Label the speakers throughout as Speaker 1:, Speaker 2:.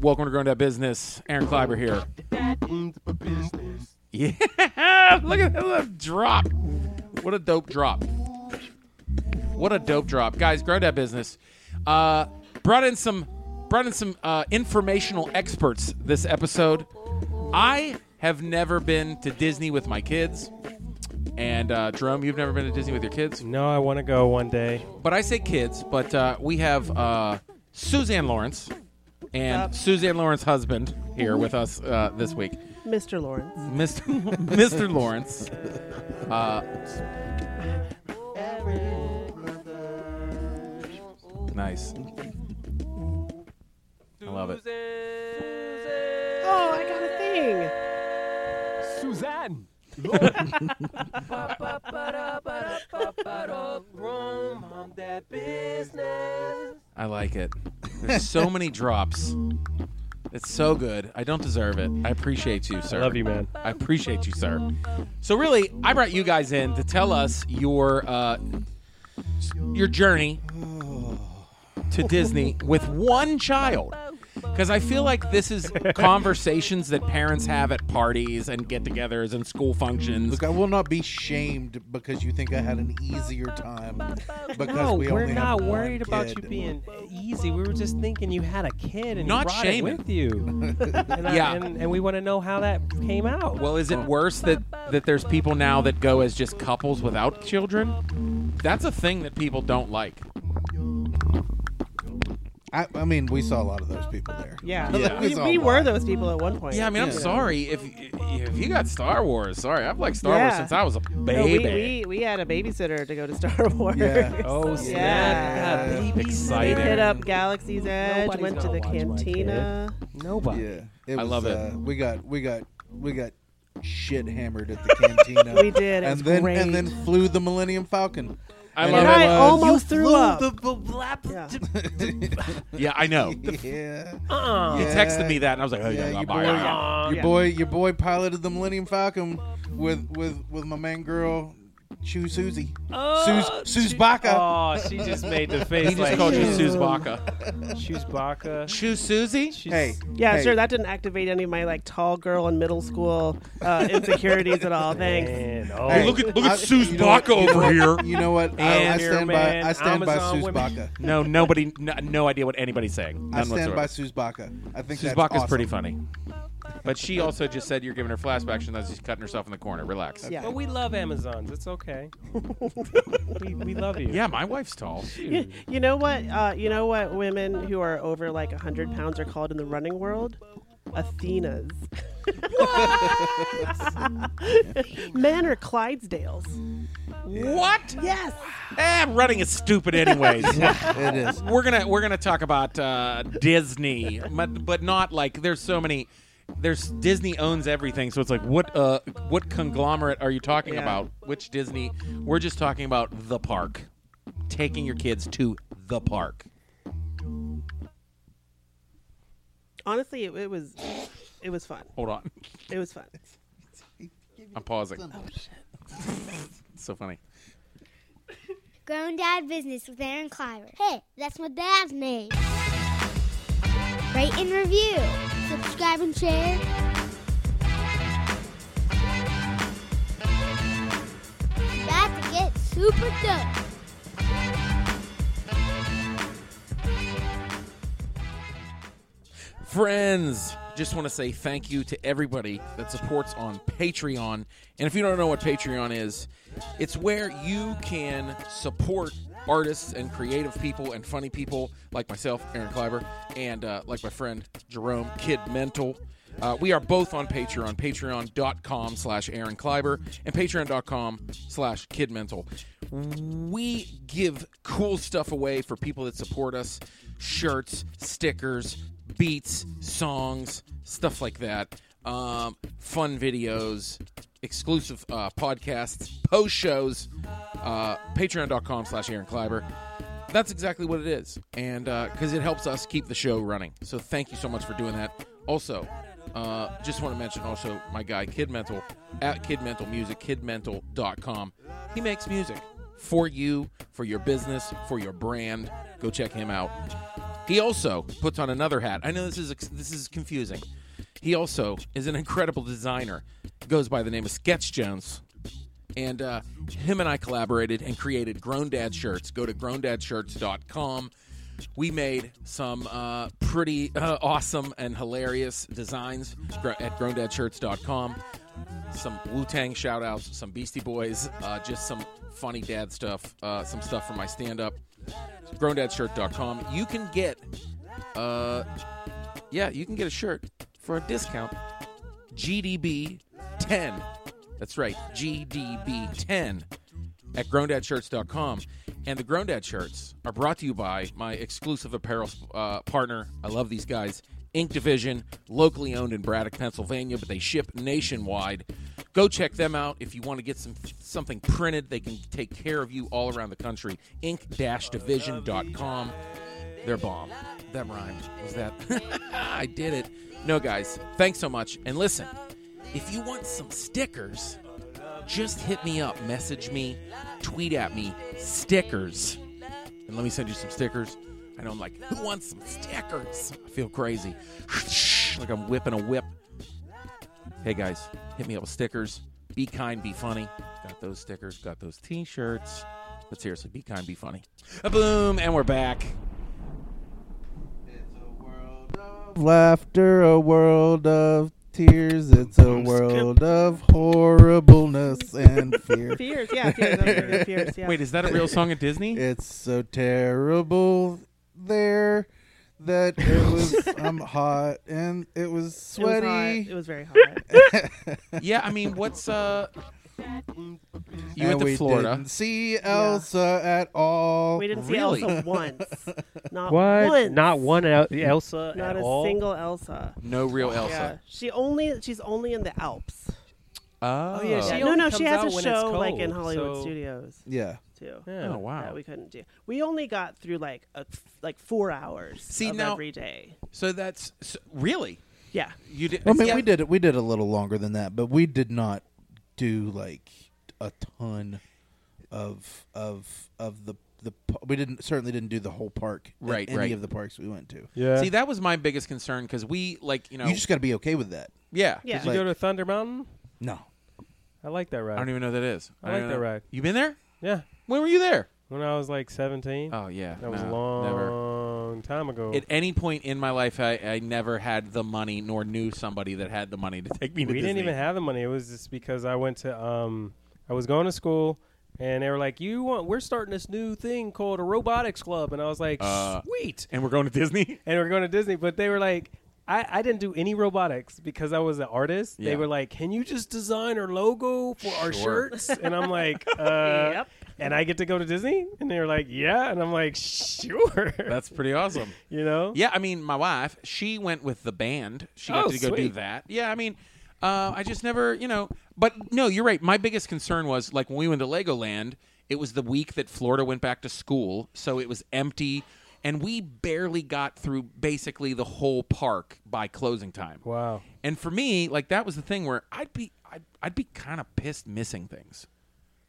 Speaker 1: Welcome to Grown Up Business. Aaron Kleiber here. Yeah, look at that little drop. What a dope drop. What a dope drop, guys. Grown Up Business uh, brought in some brought in some uh, informational experts this episode. I have never been to Disney with my kids, and uh, Jerome, you've never been to Disney with your kids.
Speaker 2: No, I want to go one day.
Speaker 1: But I say kids, but uh, we have uh, Suzanne Lawrence and Suzanne Lawrence's husband here with us uh, this week.
Speaker 3: Mr. Lawrence.
Speaker 2: Mm.
Speaker 1: Mr. Mr. Lawrence. Uh, nice. I love it.
Speaker 3: Oh, I got a thing.
Speaker 2: Suzanne.
Speaker 1: I like it. There's so many drops. It's so good. I don't deserve it. I appreciate you, sir.
Speaker 2: I love you, man.
Speaker 1: I appreciate you, sir. So really, I brought you guys in to tell us your uh, your journey to Disney with one child. Because I feel like this is conversations that parents have at parties and get-togethers and school functions.
Speaker 4: Look, I will not be shamed because you think I had an easier time. Because
Speaker 2: No,
Speaker 4: we
Speaker 2: are
Speaker 4: only
Speaker 2: not
Speaker 4: have
Speaker 2: worried
Speaker 4: one
Speaker 2: about
Speaker 4: kid.
Speaker 2: you being easy. We were just thinking you had a kid and
Speaker 1: Not
Speaker 2: you brought
Speaker 1: shaming.
Speaker 2: it with you. and I-
Speaker 1: Yeah.
Speaker 2: and, and we want to know how that came out.
Speaker 1: Well, is it worse that that there's people now that go as just couples without children? That's a thing that people don't like.
Speaker 4: I, I mean, we saw a lot of those people there.
Speaker 3: Yeah.
Speaker 1: Yeah.
Speaker 3: We,
Speaker 4: It's all
Speaker 3: we were
Speaker 4: mine.
Speaker 3: those people at one point.
Speaker 1: Yeah, I mean, I'm
Speaker 4: Yeah.
Speaker 1: sorry if if you got Star Wars. Sorry, I've liked Star Wars
Speaker 3: Yeah.
Speaker 1: since I was a
Speaker 3: No,
Speaker 1: baby.
Speaker 3: we, we, we had a babysitter to go to Star Wars.
Speaker 4: Yeah.
Speaker 2: oh, snap.
Speaker 3: Yeah.
Speaker 2: God, babies in
Speaker 1: Exciting.
Speaker 3: We
Speaker 2: there.
Speaker 3: hit up Galaxy's Edge,
Speaker 2: Nobody's
Speaker 3: went to
Speaker 2: gonna
Speaker 3: the
Speaker 2: watch my kid.
Speaker 3: cantina.
Speaker 2: Nobody.
Speaker 4: Yeah, it
Speaker 1: I
Speaker 4: was,
Speaker 1: love it.
Speaker 4: Uh, we got we got we got shit hammered at the cantina.
Speaker 3: We did. It
Speaker 4: and
Speaker 3: was
Speaker 4: then
Speaker 3: great.
Speaker 4: and then flew the Millennium Falcon.
Speaker 1: I
Speaker 4: And
Speaker 1: love
Speaker 3: and
Speaker 4: it
Speaker 3: I
Speaker 4: was-
Speaker 3: almost threw up.
Speaker 2: Yeah.
Speaker 1: Yeah, I know.
Speaker 4: yeah.
Speaker 2: Uh-uh.
Speaker 1: He texted me that, and I was like, oh,
Speaker 4: Yeah,
Speaker 1: yeah,
Speaker 4: your boy,
Speaker 1: bye.
Speaker 4: your
Speaker 3: Yeah.
Speaker 4: boy, your boy piloted the Millennium Falcon with with with my main girl, Chu Susie,
Speaker 3: Uh,
Speaker 2: Oh,
Speaker 4: Suze- Suze
Speaker 2: she-
Speaker 4: Baca.
Speaker 2: Oh, she just made the face.
Speaker 1: He just
Speaker 2: like,
Speaker 1: called you
Speaker 3: Ew.
Speaker 1: Suze Baca.
Speaker 2: Shoes Baca.
Speaker 1: Shoe Susie?
Speaker 2: She's-
Speaker 4: Hey,
Speaker 3: Yeah,
Speaker 4: hey,
Speaker 3: sure. That didn't activate any of my like tall girl in middle school uh, insecurities at all. Thanks.
Speaker 2: Man, oh.
Speaker 4: Hey,
Speaker 1: look at- look at
Speaker 4: I-
Speaker 1: Suze
Speaker 4: you know what-
Speaker 1: Baca
Speaker 4: you know
Speaker 1: over
Speaker 4: what-
Speaker 1: here.
Speaker 4: You know what? I, I
Speaker 2: And-
Speaker 4: stand by. I
Speaker 2: Airman,
Speaker 4: stand
Speaker 2: Amazon
Speaker 4: by Suze
Speaker 2: women.
Speaker 4: Baca.
Speaker 1: No, nobody, no, no idea what anybody's saying.
Speaker 4: I
Speaker 1: None
Speaker 4: stand by
Speaker 1: whatsoever.
Speaker 4: Suze Baca. I think
Speaker 1: Suze
Speaker 4: that's
Speaker 1: Baca's
Speaker 4: awesome.
Speaker 1: pretty funny. But she also just said you're giving her flashbacks, and that's she's cutting herself in the corner. Relax.
Speaker 3: Yeah.
Speaker 2: But we love Amazons. It's okay. we, we love you.
Speaker 1: Yeah, my wife's tall.
Speaker 2: Dude,
Speaker 3: You know what? Uh, you know what? Women who are over like hundred pounds are called in the running world, Athenas. Men are Clydesdales.
Speaker 1: What?
Speaker 3: Yes.
Speaker 1: Eh, running is stupid, anyways.
Speaker 4: It is.
Speaker 1: we're gonna we're gonna talk about uh, Disney, but, but not like there's so many. There's Disney owns everything, so it's like what uh what conglomerate are you talking
Speaker 3: Yeah.
Speaker 1: about? Which Disney? We're just talking about the park, taking your kids to the park.
Speaker 3: Honestly, it, it was, it was fun.
Speaker 1: Hold on,
Speaker 3: It was fun.
Speaker 1: I'm pausing. Oh shit! so funny.
Speaker 5: Grown Dad Business with Aaron Clyber. Hey, that's my dad's name. Rate and review. Subscribe and share. That's to get super dope.
Speaker 1: Friends, just want to say thank you to everybody that supports on Patreon. And if you don't know what Patreon is, it's where you can support artists and creative people and funny people like myself, Aaron Kleiber, and uh, like my friend Jerome Kid Mental. Uh, we are both on Patreon, patreon.com slash Aaron Kleiber and patreon.com slash Kid Mental. We give cool stuff away for people that support us shirts, stickers, beats, songs, stuff like that. Um, fun videos, exclusive uh, podcasts, post shows. Uh, Patreon.com slash Aaron Kleiber. That's exactly what it is. And because it helps us keep the show running. So thank you so much for doing that. Also, uh, just want to mention also my guy Kid Mental at Kid Mental Music, kidmental.com. He makes music for you, for your business, for your brand. Go check him out. He also puts on another hat. I know this is this is confusing. He also is an incredible designer. Goes by the name of Sketch Jones. And uh, him and I collaborated and created Grown Dad shirts. Go to grownadshirts.com. We made some uh, pretty uh, awesome and hilarious designs gr- at grownadshirts.com. Some Wu Tang shout outs, some Beastie Boys, uh, just some funny dad stuff, uh, some stuff for my stand up. Growndadshirt.com. You can get, uh, yeah, you can get a shirt for a discount. GDB10. That's right, GDB10 at grownadshirts.com. And the Grown Dad shirts are brought to you by my exclusive apparel uh, partner. I love these guys. Ink Division, locally owned in Braddock, Pennsylvania, but they ship nationwide. Go check them out if you want to get some something printed. They can take care of you all around the country. Ink-division.com. They're bomb. That rhymed. Was that? I did it. No, guys, thanks so much. And listen, if you want some stickers, just hit me up, message me, tweet at me, stickers. And let me send you some stickers. I know I'm like, who wants some stickers? I feel crazy. like I'm whipping a whip. Hey guys, hit me up with stickers. Be kind, be funny. Got those stickers, got those t shirts. But seriously, be kind, be funny. Boom, and we're back.
Speaker 4: It's a world of laughter, a world of tears. It's a world of horribleness and fear.
Speaker 3: Fears, yeah, fears, those are good fears, yeah.
Speaker 2: Wait, is that a real song at Disney?
Speaker 4: It's so terrible there that it was. I'm hot and it was
Speaker 3: it was hot.
Speaker 4: sweaty.
Speaker 3: It was very hot.
Speaker 1: Yeah, I mean, what's uh? You
Speaker 4: and
Speaker 1: went
Speaker 4: we
Speaker 1: to Florida.
Speaker 4: didn't see Elsa at all.
Speaker 3: We didn't see
Speaker 1: Really?
Speaker 3: Elsa once. Not
Speaker 2: What?
Speaker 3: once.
Speaker 2: Not one El- Elsa
Speaker 3: Not
Speaker 2: at
Speaker 3: a
Speaker 2: all.
Speaker 3: single Elsa.
Speaker 1: No real
Speaker 3: Yeah,
Speaker 1: Elsa.
Speaker 3: she only she's only in the Alps.
Speaker 1: Oh,
Speaker 2: yeah, she-
Speaker 3: no,
Speaker 2: only
Speaker 3: no, she
Speaker 2: comes out
Speaker 3: has a
Speaker 2: when it's
Speaker 3: show like
Speaker 2: cold,
Speaker 3: in Hollywood
Speaker 2: so-
Speaker 3: Studios
Speaker 4: Yeah.
Speaker 3: too.
Speaker 2: Yeah.
Speaker 1: Oh, wow.
Speaker 3: That we couldn't do. We only got through like a, like four hours
Speaker 1: See,
Speaker 3: of
Speaker 1: now-
Speaker 3: every day.
Speaker 1: So that's so, really
Speaker 3: Yeah,
Speaker 1: you did.
Speaker 4: Well, I mean,
Speaker 1: yeah.
Speaker 4: we did it. We did a little longer than that, but we did not do like a ton of of of the the. p- We didn't certainly didn't do the whole park. at
Speaker 1: Right,
Speaker 4: Any
Speaker 1: right.
Speaker 4: of the parks we went to.
Speaker 2: Yeah.
Speaker 1: See, that was my biggest concern because we like you know
Speaker 4: uh, You just got to be okay with that.
Speaker 1: yeah.
Speaker 3: Yeah.
Speaker 2: Did you go to Thunder Mountain?
Speaker 4: No.
Speaker 2: I like
Speaker 4: uh,
Speaker 2: that ride.
Speaker 1: I don't even know what that is.
Speaker 2: I like
Speaker 1: don't
Speaker 2: that
Speaker 1: know.
Speaker 2: ride.
Speaker 1: You been there?
Speaker 2: yeah.
Speaker 1: When were you there?
Speaker 2: When I was like 17.
Speaker 1: Oh yeah,
Speaker 2: that was a
Speaker 1: no, Never.
Speaker 2: long time ago.
Speaker 1: At any point in my life, I, I never had the money nor knew somebody that had the money to take me to
Speaker 2: we didn't
Speaker 1: Disney.
Speaker 2: even have the money. It was just because I went to um I was going to school and they were like, "You want we're starting this new thing called a robotics club." And I was like,
Speaker 1: Uh,
Speaker 2: "Sweet."
Speaker 1: and we're going to Disney.
Speaker 2: And we're going to Disney, but they were like I, I didn't do any robotics because I was an artist.
Speaker 1: Yeah.
Speaker 2: They were like, "Can you just design our logo for our
Speaker 1: Sure.
Speaker 2: shirts?" And I'm like, uh,
Speaker 3: Yep.
Speaker 2: And I get to go to Disney, and they were like, "Yeah," and I'm like, "Sure."
Speaker 1: That's pretty awesome.
Speaker 2: you know,
Speaker 1: Yeah, I mean, my wife, she went with the band. She got
Speaker 2: Oh,
Speaker 1: to go do
Speaker 2: sweet.
Speaker 1: that. Yeah, I mean, uh, I just never, you know. But no, you're right. My biggest concern was like when we went to Legoland. It was the week that Florida went back to school, so it was empty, and we barely got through basically the whole park by closing time.
Speaker 2: Wow.
Speaker 1: And for me, like that was the thing where I'd be, I'd, I'd be kind of pissed missing things.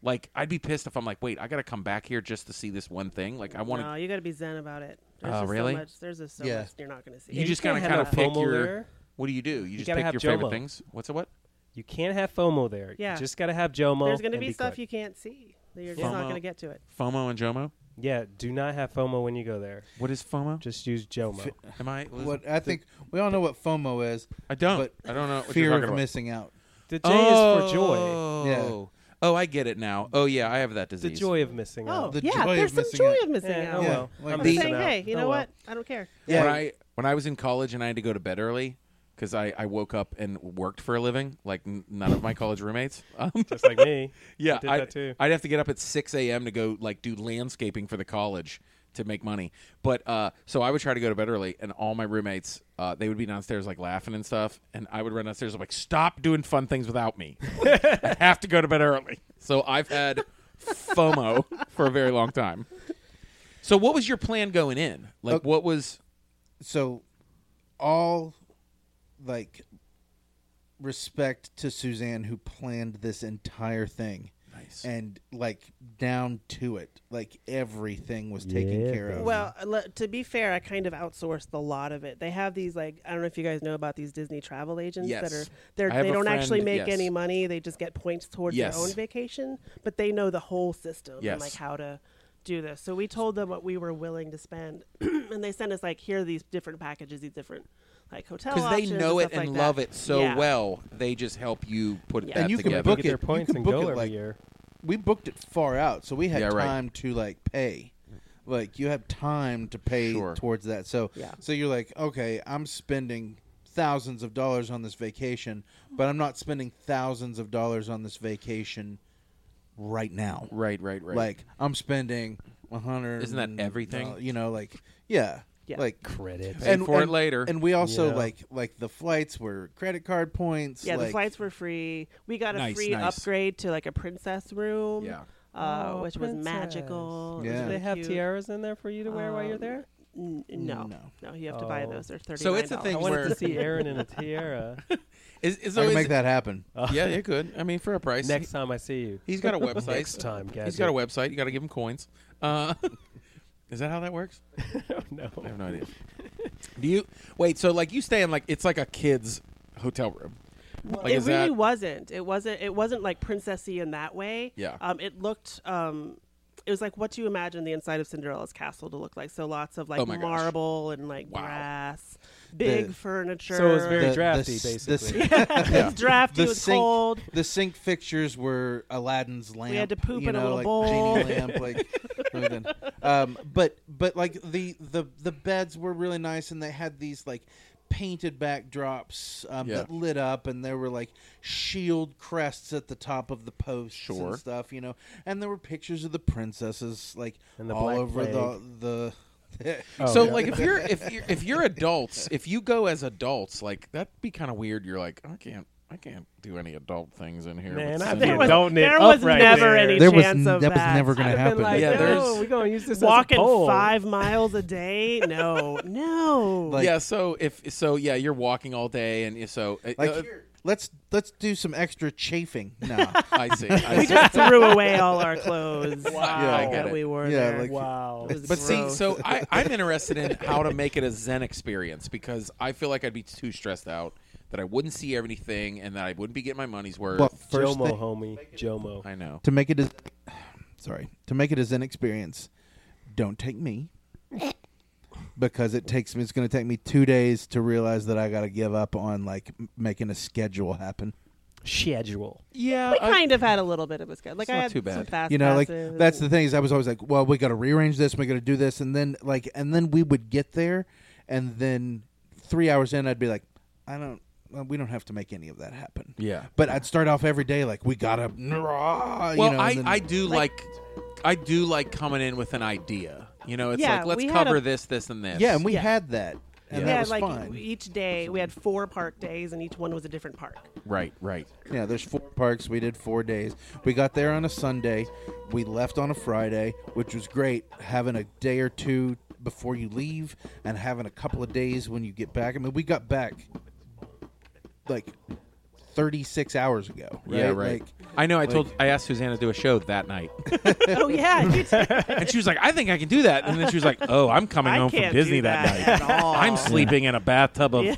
Speaker 1: Like I'd be pissed if I'm like, wait, I got to come back here just to see this one thing. Like I want to.
Speaker 3: no, you got to be zen about it. There's
Speaker 1: Oh,
Speaker 3: just
Speaker 1: really?
Speaker 3: So much, there's just so
Speaker 4: Yeah.
Speaker 3: much you're not going to see.
Speaker 1: You
Speaker 2: You
Speaker 1: just
Speaker 2: can't
Speaker 1: kind of
Speaker 2: have
Speaker 1: kind of
Speaker 2: a
Speaker 1: pick
Speaker 2: FOMO
Speaker 1: your.
Speaker 2: there.
Speaker 1: What do you do? You, just
Speaker 2: gotta
Speaker 1: pick
Speaker 2: have
Speaker 1: your favorite
Speaker 2: JOMO.
Speaker 1: things. What's a what?
Speaker 2: You can't have FOMO there.
Speaker 3: Yeah.
Speaker 2: You just got to have JOMO.
Speaker 3: There's going to
Speaker 2: and
Speaker 3: be, stuff
Speaker 2: quick.
Speaker 3: you can't see. That you're just
Speaker 1: FOMO.
Speaker 3: not going to get to it.
Speaker 1: FOMO and JOMO.
Speaker 2: Yeah, do not have FOMO when you go there.
Speaker 1: What is FOMO?
Speaker 2: Just use JOMO.
Speaker 1: Am I?
Speaker 4: What I think we all know what FOMO is.
Speaker 1: I don't.
Speaker 4: but
Speaker 1: I don't know. What
Speaker 4: Fear
Speaker 1: you're
Speaker 4: of
Speaker 1: talking about.
Speaker 4: missing out.
Speaker 2: The J
Speaker 1: oh,
Speaker 2: is for joy.
Speaker 1: Yeah. Oh, I get it now. Oh yeah, I have that
Speaker 2: The
Speaker 1: disease.
Speaker 2: joy of missing
Speaker 3: Oh,
Speaker 2: out.
Speaker 4: The
Speaker 3: yeah.
Speaker 4: joy
Speaker 3: There's
Speaker 4: of
Speaker 3: some
Speaker 4: missing
Speaker 3: joy
Speaker 4: out.
Speaker 3: of missing
Speaker 2: Yeah,
Speaker 3: out.
Speaker 2: oh well.
Speaker 4: Yeah, like
Speaker 2: I'm
Speaker 4: the-
Speaker 3: I'm
Speaker 2: missing
Speaker 3: saying,
Speaker 2: out.
Speaker 3: hey, you
Speaker 2: Oh
Speaker 3: know
Speaker 2: well.
Speaker 3: what? I don't care.
Speaker 1: When
Speaker 4: Yeah.
Speaker 1: I when I was in college and I had to go to bed early because I, I woke up and worked for a living, like n- none of my college roommates. Um,
Speaker 2: Just like me.
Speaker 1: yeah,
Speaker 2: I did that too.
Speaker 1: would have to get up at six a.m. to go like do landscaping for the college to make money. But uh, so I would try to go to bed early, and all my roommates uh, they would be downstairs like laughing and stuff, and I would run downstairs I'm like stop doing fun things without me. I have to go to bed early. So I've had FOMO for a very long time. So what was your plan going in? Like
Speaker 4: Okay.
Speaker 1: what was
Speaker 4: so all like respect to Suzanne who planned this entire thing.
Speaker 1: Nice.
Speaker 4: and like down to it, like everything was taken
Speaker 2: Yeah,
Speaker 4: care of.
Speaker 3: Well, uh, le- to be fair, I kind of outsourced a lot of it. They have these like I don't know if you guys know about these Disney travel agents that
Speaker 1: Yes.
Speaker 3: are they're,
Speaker 1: I have
Speaker 3: they
Speaker 1: a
Speaker 3: don't actually
Speaker 1: friend-
Speaker 3: make
Speaker 1: yes.
Speaker 3: any money. They just get points towards
Speaker 1: Yes.
Speaker 3: their own vacation, but they know the whole system
Speaker 1: Yes.
Speaker 3: and like how to do this. So we told them what we were willing to spend, and they sent us like here are these different packages, these different like hotel
Speaker 1: because they
Speaker 3: options
Speaker 1: know it
Speaker 3: stuff
Speaker 1: and
Speaker 3: like that.
Speaker 1: love it so
Speaker 3: Yeah.
Speaker 1: well, they just help you put
Speaker 3: Yeah.
Speaker 1: that
Speaker 4: And you can
Speaker 1: together.
Speaker 4: book
Speaker 2: get their
Speaker 4: it- you
Speaker 2: points
Speaker 4: can
Speaker 2: and
Speaker 4: book
Speaker 2: go
Speaker 4: it,
Speaker 2: every
Speaker 4: like-
Speaker 2: year.
Speaker 4: we booked it far out, so we had
Speaker 1: Yeah, right.
Speaker 4: time to like pay. Like you have time to pay
Speaker 1: Sure.
Speaker 4: towards that. So
Speaker 3: Yeah.
Speaker 4: so you're like, okay, I'm spending thousands of dollars on this vacation, but I'm not spending thousands of dollars on this vacation right now.
Speaker 1: Right, right, right.
Speaker 4: Like I'm spending 100
Speaker 1: Isn't that
Speaker 4: and- uh,
Speaker 1: everything?
Speaker 4: you know, like yeah.
Speaker 3: Yeah.
Speaker 4: Like
Speaker 2: Credits.
Speaker 1: Pay for it later.
Speaker 4: And we also
Speaker 2: Yeah.
Speaker 4: like like the flights were credit card points.
Speaker 3: Yeah,
Speaker 4: like-
Speaker 3: the flights were free. We got a
Speaker 1: Nice,
Speaker 3: free
Speaker 1: nice.
Speaker 3: upgrade to like a princess room,
Speaker 1: Yeah.
Speaker 3: uh,
Speaker 2: Oh,
Speaker 3: which was
Speaker 2: princess.
Speaker 3: magical. It was
Speaker 4: Yeah.
Speaker 2: Do they
Speaker 3: really
Speaker 2: have
Speaker 3: cute.
Speaker 2: tiaras in there for you to wear while you're
Speaker 3: Um,
Speaker 2: there?
Speaker 3: N- no,
Speaker 4: No.
Speaker 3: no, you have to buy
Speaker 2: Oh.
Speaker 3: those. They're thirty.
Speaker 1: So it's a thing
Speaker 2: I
Speaker 1: where-
Speaker 2: wanted to see Aaron in a tiara.
Speaker 1: Is, is, so
Speaker 4: I can
Speaker 1: is
Speaker 4: make
Speaker 1: it-
Speaker 4: that happen.
Speaker 1: Yeah, you could. I mean, for a price.
Speaker 2: Next time I see you.
Speaker 1: He's got a website.
Speaker 2: Next time, Gadget.
Speaker 1: He's got a website. You got to give him coins. Uh, is that how that works?
Speaker 2: no.
Speaker 1: I have no idea. Do you wait? So like you stay in like it's like a kid's hotel room. Like
Speaker 3: it
Speaker 1: is
Speaker 3: really
Speaker 1: that
Speaker 3: wasn't. It wasn't. It wasn't like princessy in that way.
Speaker 1: Yeah.
Speaker 3: Um, it looked. Um, it was like what do you imagine the inside of Cinderella's castle to look like? So lots of like
Speaker 1: Oh my gosh.
Speaker 3: marble and like
Speaker 1: Wow.
Speaker 3: brass, big
Speaker 4: The-
Speaker 3: furniture.
Speaker 2: So it was very
Speaker 4: The-
Speaker 2: drafty,
Speaker 4: the s- the
Speaker 2: basically.
Speaker 4: s-
Speaker 3: it was drafty.
Speaker 4: The
Speaker 3: it was
Speaker 4: sink-
Speaker 3: cold.
Speaker 4: The sink fixtures were Aladdin's lamp.
Speaker 3: had to poop
Speaker 4: you
Speaker 3: in a
Speaker 4: know,
Speaker 3: little
Speaker 4: like
Speaker 3: bowl.
Speaker 4: Genie lamp, like. everything. um, but but like the the the beds were really nice, and they had these like painted backdrops um,
Speaker 1: Yeah.
Speaker 4: that lit up, and there were like shield crests at the top of the posts
Speaker 1: Sure.
Speaker 4: and stuff, you know. And there were pictures of the princesses like
Speaker 2: And the
Speaker 4: all
Speaker 2: Black
Speaker 4: over
Speaker 2: Plague.
Speaker 4: the the.
Speaker 1: so
Speaker 2: yeah.
Speaker 1: like if you're if you're if you're adults if you go as adults like that'd be kind of weird. You're like I can't I can't do any adult things in here.
Speaker 2: Man,
Speaker 1: with
Speaker 2: I
Speaker 1: Cindy.
Speaker 3: There
Speaker 2: think
Speaker 3: was-
Speaker 2: adulting it
Speaker 3: there
Speaker 2: up
Speaker 3: was
Speaker 2: right
Speaker 3: never
Speaker 2: there.
Speaker 3: any
Speaker 4: There was n-
Speaker 3: chance of
Speaker 4: that
Speaker 3: that.
Speaker 4: was never gonna
Speaker 2: I'd have
Speaker 4: happen.
Speaker 2: been like,
Speaker 1: Yeah,
Speaker 2: yeah,
Speaker 1: there's-
Speaker 2: no, we're gonna use this as a
Speaker 3: Walking
Speaker 2: poll.
Speaker 3: five miles a day? No, no.
Speaker 4: Like-
Speaker 1: yeah. So if so, yeah, you're walking all day, and you- so uh,
Speaker 4: Like,
Speaker 1: uh,
Speaker 4: let's let's do some extra chafing now.
Speaker 1: I see. I
Speaker 3: we
Speaker 1: see.
Speaker 3: just threw away all our clothes
Speaker 1: Yeah, I get
Speaker 3: that
Speaker 1: it.
Speaker 3: we wore
Speaker 4: Yeah,
Speaker 3: there.
Speaker 4: like-
Speaker 2: Wow.
Speaker 3: It was
Speaker 1: But see,
Speaker 3: gross.
Speaker 1: so I, I'm interested in how to make it a Zen experience because I feel like I'd be too stressed out that I wouldn't see everything and that I wouldn't be getting my money's worth.
Speaker 4: Well, first
Speaker 2: Jomo,
Speaker 4: thing-
Speaker 2: homie. Jomo.
Speaker 1: I know.
Speaker 4: to make it as sorry to make it as an experience don't take me because it takes me it's going to take me two days to realize that i got to give up on like m- making a schedule happen
Speaker 2: Schedule.
Speaker 1: Yeah,
Speaker 3: we kind of had a little bit of a schedule.
Speaker 1: It's
Speaker 3: Like I
Speaker 1: not
Speaker 3: had
Speaker 1: too bad.
Speaker 3: some fast
Speaker 4: you know like
Speaker 3: passes
Speaker 4: that's
Speaker 3: and-
Speaker 4: the thing is i was always like well we got to rearrange this we got to do this and then like and then we would get there and then three hours in i'd be like i don't well, we don't have to make any of that happen
Speaker 1: Yeah.
Speaker 4: but i'd start off every day like we gotta
Speaker 1: well, I, I do like, I do like coming in with an idea. You know, it's
Speaker 3: Yeah,
Speaker 1: like let's
Speaker 3: we had
Speaker 1: cover
Speaker 3: a-
Speaker 1: this, this, and this.
Speaker 4: yeah and we
Speaker 3: Yeah.
Speaker 4: had that and
Speaker 1: Yeah.
Speaker 4: that
Speaker 3: yeah,
Speaker 4: was
Speaker 3: like
Speaker 4: fine
Speaker 3: each day we had four park days, and each one was a different park.
Speaker 1: right, right.
Speaker 4: Yeah, there's four parks. We did four days. We got there on a Sunday. We left on a Friday, which was great. Having a day or two before you leave and having a couple of days when you get back. I mean, we got back like 36 hours ago. Right?
Speaker 1: Yeah, right.
Speaker 4: Like,
Speaker 1: I know. I told. I asked Suzanne to do a show that night,
Speaker 3: oh yeah, you did.
Speaker 1: and she was like, "I think I can do that." And then she was like, "Oh, I'm coming
Speaker 3: I
Speaker 1: home from
Speaker 3: can't
Speaker 1: Disney
Speaker 3: do that,
Speaker 1: night.
Speaker 3: at all.
Speaker 1: I'm sleeping in a bathtub of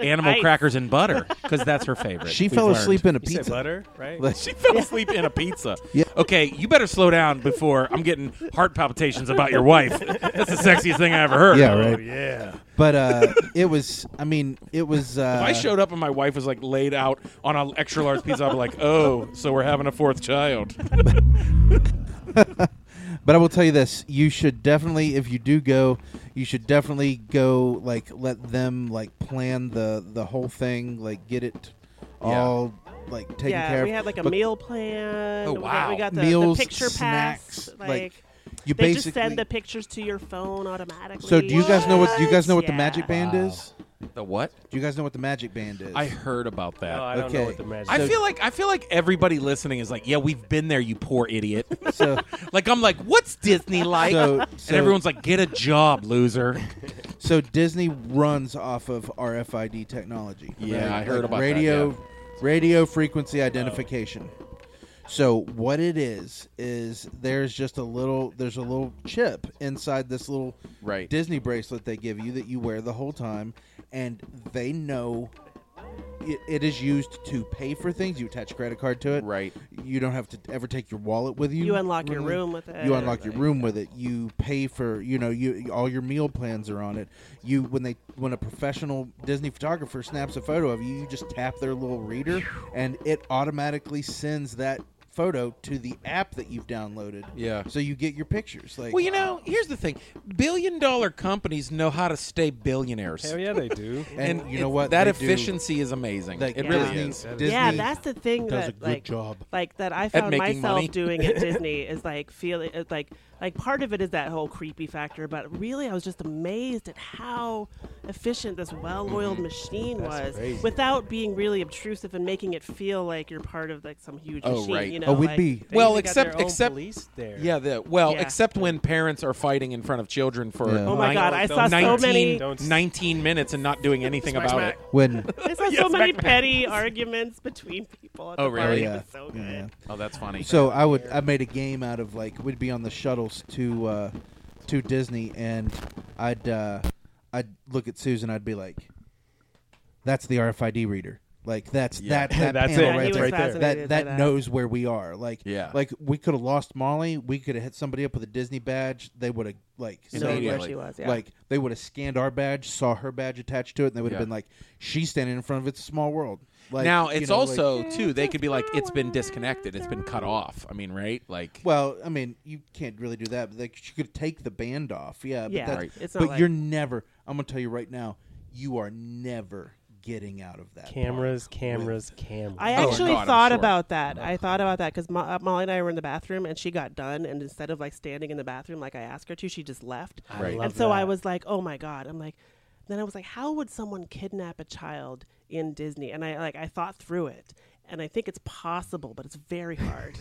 Speaker 1: animal
Speaker 3: Ice.
Speaker 1: crackers and butter because that's her favorite."
Speaker 4: she
Speaker 1: We've
Speaker 4: fell
Speaker 1: learned.
Speaker 4: asleep in a
Speaker 2: You said
Speaker 4: pizza.
Speaker 2: butter, right?
Speaker 4: Like,
Speaker 1: She fell asleep in a pizza.
Speaker 4: Yeah.
Speaker 1: Okay, you better slow down before I'm getting heart palpitations about your wife. That's the sexiest thing I ever heard.
Speaker 4: Yeah, right.
Speaker 2: Oh, yeah.
Speaker 4: But uh, it was, I mean, it was. Uh,
Speaker 1: If I showed up and my wife was like laid out on an extra large pizza, I'd be like, oh, so we're having a fourth child.
Speaker 4: But I will tell you this: you should definitely, if you do go, you should definitely go. Like, let them like plan the the whole thing. Like, get it all like taken care
Speaker 3: yeah,
Speaker 4: of.
Speaker 3: we had like a
Speaker 4: But
Speaker 3: meal plan.
Speaker 1: Oh,
Speaker 3: We got-
Speaker 1: wow.
Speaker 3: we got the,
Speaker 4: meals,
Speaker 3: the picture
Speaker 4: snacks,
Speaker 3: pass.
Speaker 4: like,
Speaker 3: Like,
Speaker 4: You
Speaker 3: they
Speaker 4: basically.
Speaker 3: just send the pictures to your phone automatically.
Speaker 4: so, do you guys know what do you guys know what the
Speaker 3: Yeah.
Speaker 4: magic band
Speaker 2: Wow.
Speaker 4: is?
Speaker 1: The what?
Speaker 4: Do you guys know what the magic band is?
Speaker 1: I heard about that.
Speaker 2: No, Oh, I don't know
Speaker 4: Okay.
Speaker 2: what the magic.
Speaker 1: I feel like I feel like everybody listening is like, yeah, we've been there, you poor idiot.
Speaker 4: so,
Speaker 1: like I'm like, what's Disney like?
Speaker 4: so,
Speaker 1: and
Speaker 4: so,
Speaker 1: everyone's like, get a job, loser.
Speaker 4: so Disney runs off of RFID technology.
Speaker 1: Yeah,
Speaker 4: right?
Speaker 1: I heard
Speaker 4: Like
Speaker 1: about that,
Speaker 4: radio,
Speaker 1: yeah.
Speaker 4: radio frequency identification. So what it is is there's just a little there's a little chip inside this little
Speaker 1: Right.
Speaker 4: Disney bracelet they give you that you wear the whole time, and they know it, it is used to pay for things. You attach a credit card to it.
Speaker 1: Right.
Speaker 4: You don't have to ever take your wallet with you.
Speaker 3: You unlock your
Speaker 4: really.
Speaker 3: room with it.
Speaker 4: You unlock your room with it. You pay for you know you all your meal plans are on it. You when they when a professional Disney photographer snaps a photo of you, you just tap their little reader, and it automatically sends that photo to the app that you've downloaded.
Speaker 1: Yeah.
Speaker 4: So you get your pictures. Like
Speaker 1: Well, you know, here's the thing: billion dollar companies know how to stay billionaires.
Speaker 2: Hell yeah, they do.
Speaker 4: and, you know
Speaker 1: it-
Speaker 4: what
Speaker 1: That
Speaker 4: They do-
Speaker 1: efficiency is amazing.
Speaker 4: Like,
Speaker 1: it
Speaker 3: Yeah.
Speaker 1: really
Speaker 4: Disney,
Speaker 1: is.
Speaker 4: Disney
Speaker 3: yeah, that's the thing
Speaker 4: does
Speaker 3: that
Speaker 4: a good
Speaker 3: like,
Speaker 4: job.
Speaker 3: like that I found
Speaker 1: making
Speaker 3: myself
Speaker 1: money.
Speaker 3: doing at Disney is like feeling it's like like part of it is that whole creepy factor, but really I was just amazed at how efficient this well-oiled machine was
Speaker 2: crazy.
Speaker 3: without being really obtrusive and making it feel like you're part of like some huge
Speaker 1: Oh,
Speaker 3: machine.
Speaker 1: right.
Speaker 3: You know,
Speaker 4: Oh, we'd
Speaker 3: like-
Speaker 4: be
Speaker 2: They
Speaker 1: Well,
Speaker 2: even got their
Speaker 1: except-
Speaker 2: own
Speaker 1: except-
Speaker 2: police there.
Speaker 1: Yeah, the, well,
Speaker 3: Yeah.
Speaker 1: except when parents are fighting in front of children for
Speaker 4: Yeah. Oh
Speaker 3: my
Speaker 1: nine-
Speaker 3: God, I saw so
Speaker 1: 19,
Speaker 3: many-
Speaker 2: Don't-
Speaker 1: 19 minutes and not doing anything about it.
Speaker 4: when
Speaker 3: I saw so many petty arguments between people. At
Speaker 1: Oh,
Speaker 3: the
Speaker 1: really?
Speaker 3: Party. It
Speaker 4: Yeah.
Speaker 3: was so good.
Speaker 4: Yeah.
Speaker 1: Oh, that's funny.
Speaker 4: So I would I made a game out of like we'd be on the shuttles to uh, to Disney and I'd uh, I'd look at Susan I'd be like, that's the RFID reader. Like that's
Speaker 1: Yeah.
Speaker 4: that that
Speaker 2: That's
Speaker 4: panel
Speaker 2: it. Yeah, he
Speaker 4: right,
Speaker 2: was
Speaker 4: there.
Speaker 2: fascinated
Speaker 4: That
Speaker 3: by
Speaker 4: that,
Speaker 3: that.
Speaker 4: knows where we are. Like
Speaker 1: Yeah.
Speaker 4: like we could have lost Molly. We could have hit somebody up with a Disney badge. They would have like
Speaker 3: So
Speaker 1: Immediately.
Speaker 3: where
Speaker 4: like,
Speaker 3: she was, yeah.
Speaker 4: like they would have scanned our badge, saw her badge attached to it, and they would have
Speaker 1: Yeah.
Speaker 4: been like, she's standing in front of it's a small world. Like
Speaker 1: now
Speaker 4: you
Speaker 1: it's
Speaker 4: know, like-
Speaker 1: also too. They could be like, it's been disconnected. It's been cut off. I mean, right? Like,
Speaker 4: Well, I mean, you can't really do that. But like, you could take the band off. Yeah, but
Speaker 3: Yeah,
Speaker 4: that's,
Speaker 3: Right. it's not
Speaker 4: but
Speaker 3: like-
Speaker 4: you're never. I'm gonna tell you right now, you are never getting out of that.
Speaker 2: Cameras, cameras, cameras.
Speaker 3: I
Speaker 1: Oh,
Speaker 3: actually
Speaker 1: God, I'm
Speaker 3: thought
Speaker 1: sure.
Speaker 3: about that. I thought about that because Mo- uh, Molly and I were in the bathroom, and she got done, and instead of like standing in the bathroom like I asked her to, she just left.
Speaker 1: Right.
Speaker 2: love
Speaker 3: and so I
Speaker 2: that.
Speaker 3: was like, "Oh my god!" I'm like, then I was like, "How would someone kidnap a child in Disney?" And I like I thought through it, and I think it's possible, but it's very hard.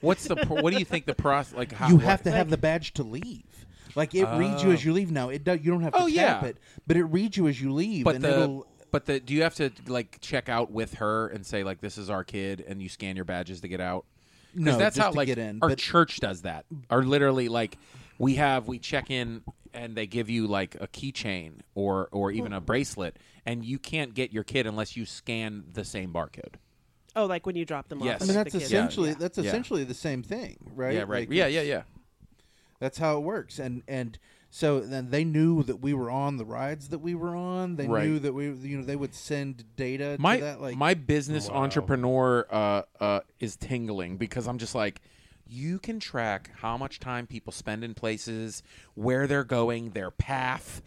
Speaker 1: what's the? pro- What do you think the process? Like, how,
Speaker 4: You
Speaker 1: what-
Speaker 4: have to have the badge to leave. Like it reads you as you leave. Now it does. You don't have to
Speaker 1: Oh, yeah.
Speaker 4: tap it, but it reads you as you leave,
Speaker 1: But
Speaker 4: and
Speaker 1: the
Speaker 4: it'll.
Speaker 1: but the do you have to like check out with her and say like this is our kid and you scan your badges to get out? 'Cause
Speaker 4: No,
Speaker 1: that's
Speaker 4: just
Speaker 1: how
Speaker 4: to
Speaker 1: like
Speaker 4: get in,
Speaker 1: our
Speaker 4: but-
Speaker 1: church does that. Or literally like we have we check in and they give you like a keychain or or even a bracelet and you can't get your kid unless you scan the same barcode.
Speaker 3: oh, like when you drop them
Speaker 1: Yes.
Speaker 3: off.
Speaker 4: I
Speaker 3: at
Speaker 4: mean,
Speaker 3: the
Speaker 4: that's
Speaker 3: kids.
Speaker 4: essentially
Speaker 3: Yeah.
Speaker 4: that's
Speaker 1: Yeah.
Speaker 4: essentially the same thing, right?
Speaker 1: Yeah, right.
Speaker 4: Like,
Speaker 1: yeah, yeah, yeah.
Speaker 4: That's how it works. And and so then they knew that we were on the rides that we were on. They
Speaker 1: Right.
Speaker 4: knew that we, you know, they would send data
Speaker 1: my
Speaker 4: to that. Like
Speaker 1: my business
Speaker 2: Oh,
Speaker 1: entrepreneur uh, uh, is tingling because I'm just like, you can track how much time people spend in places, where they're going, their path,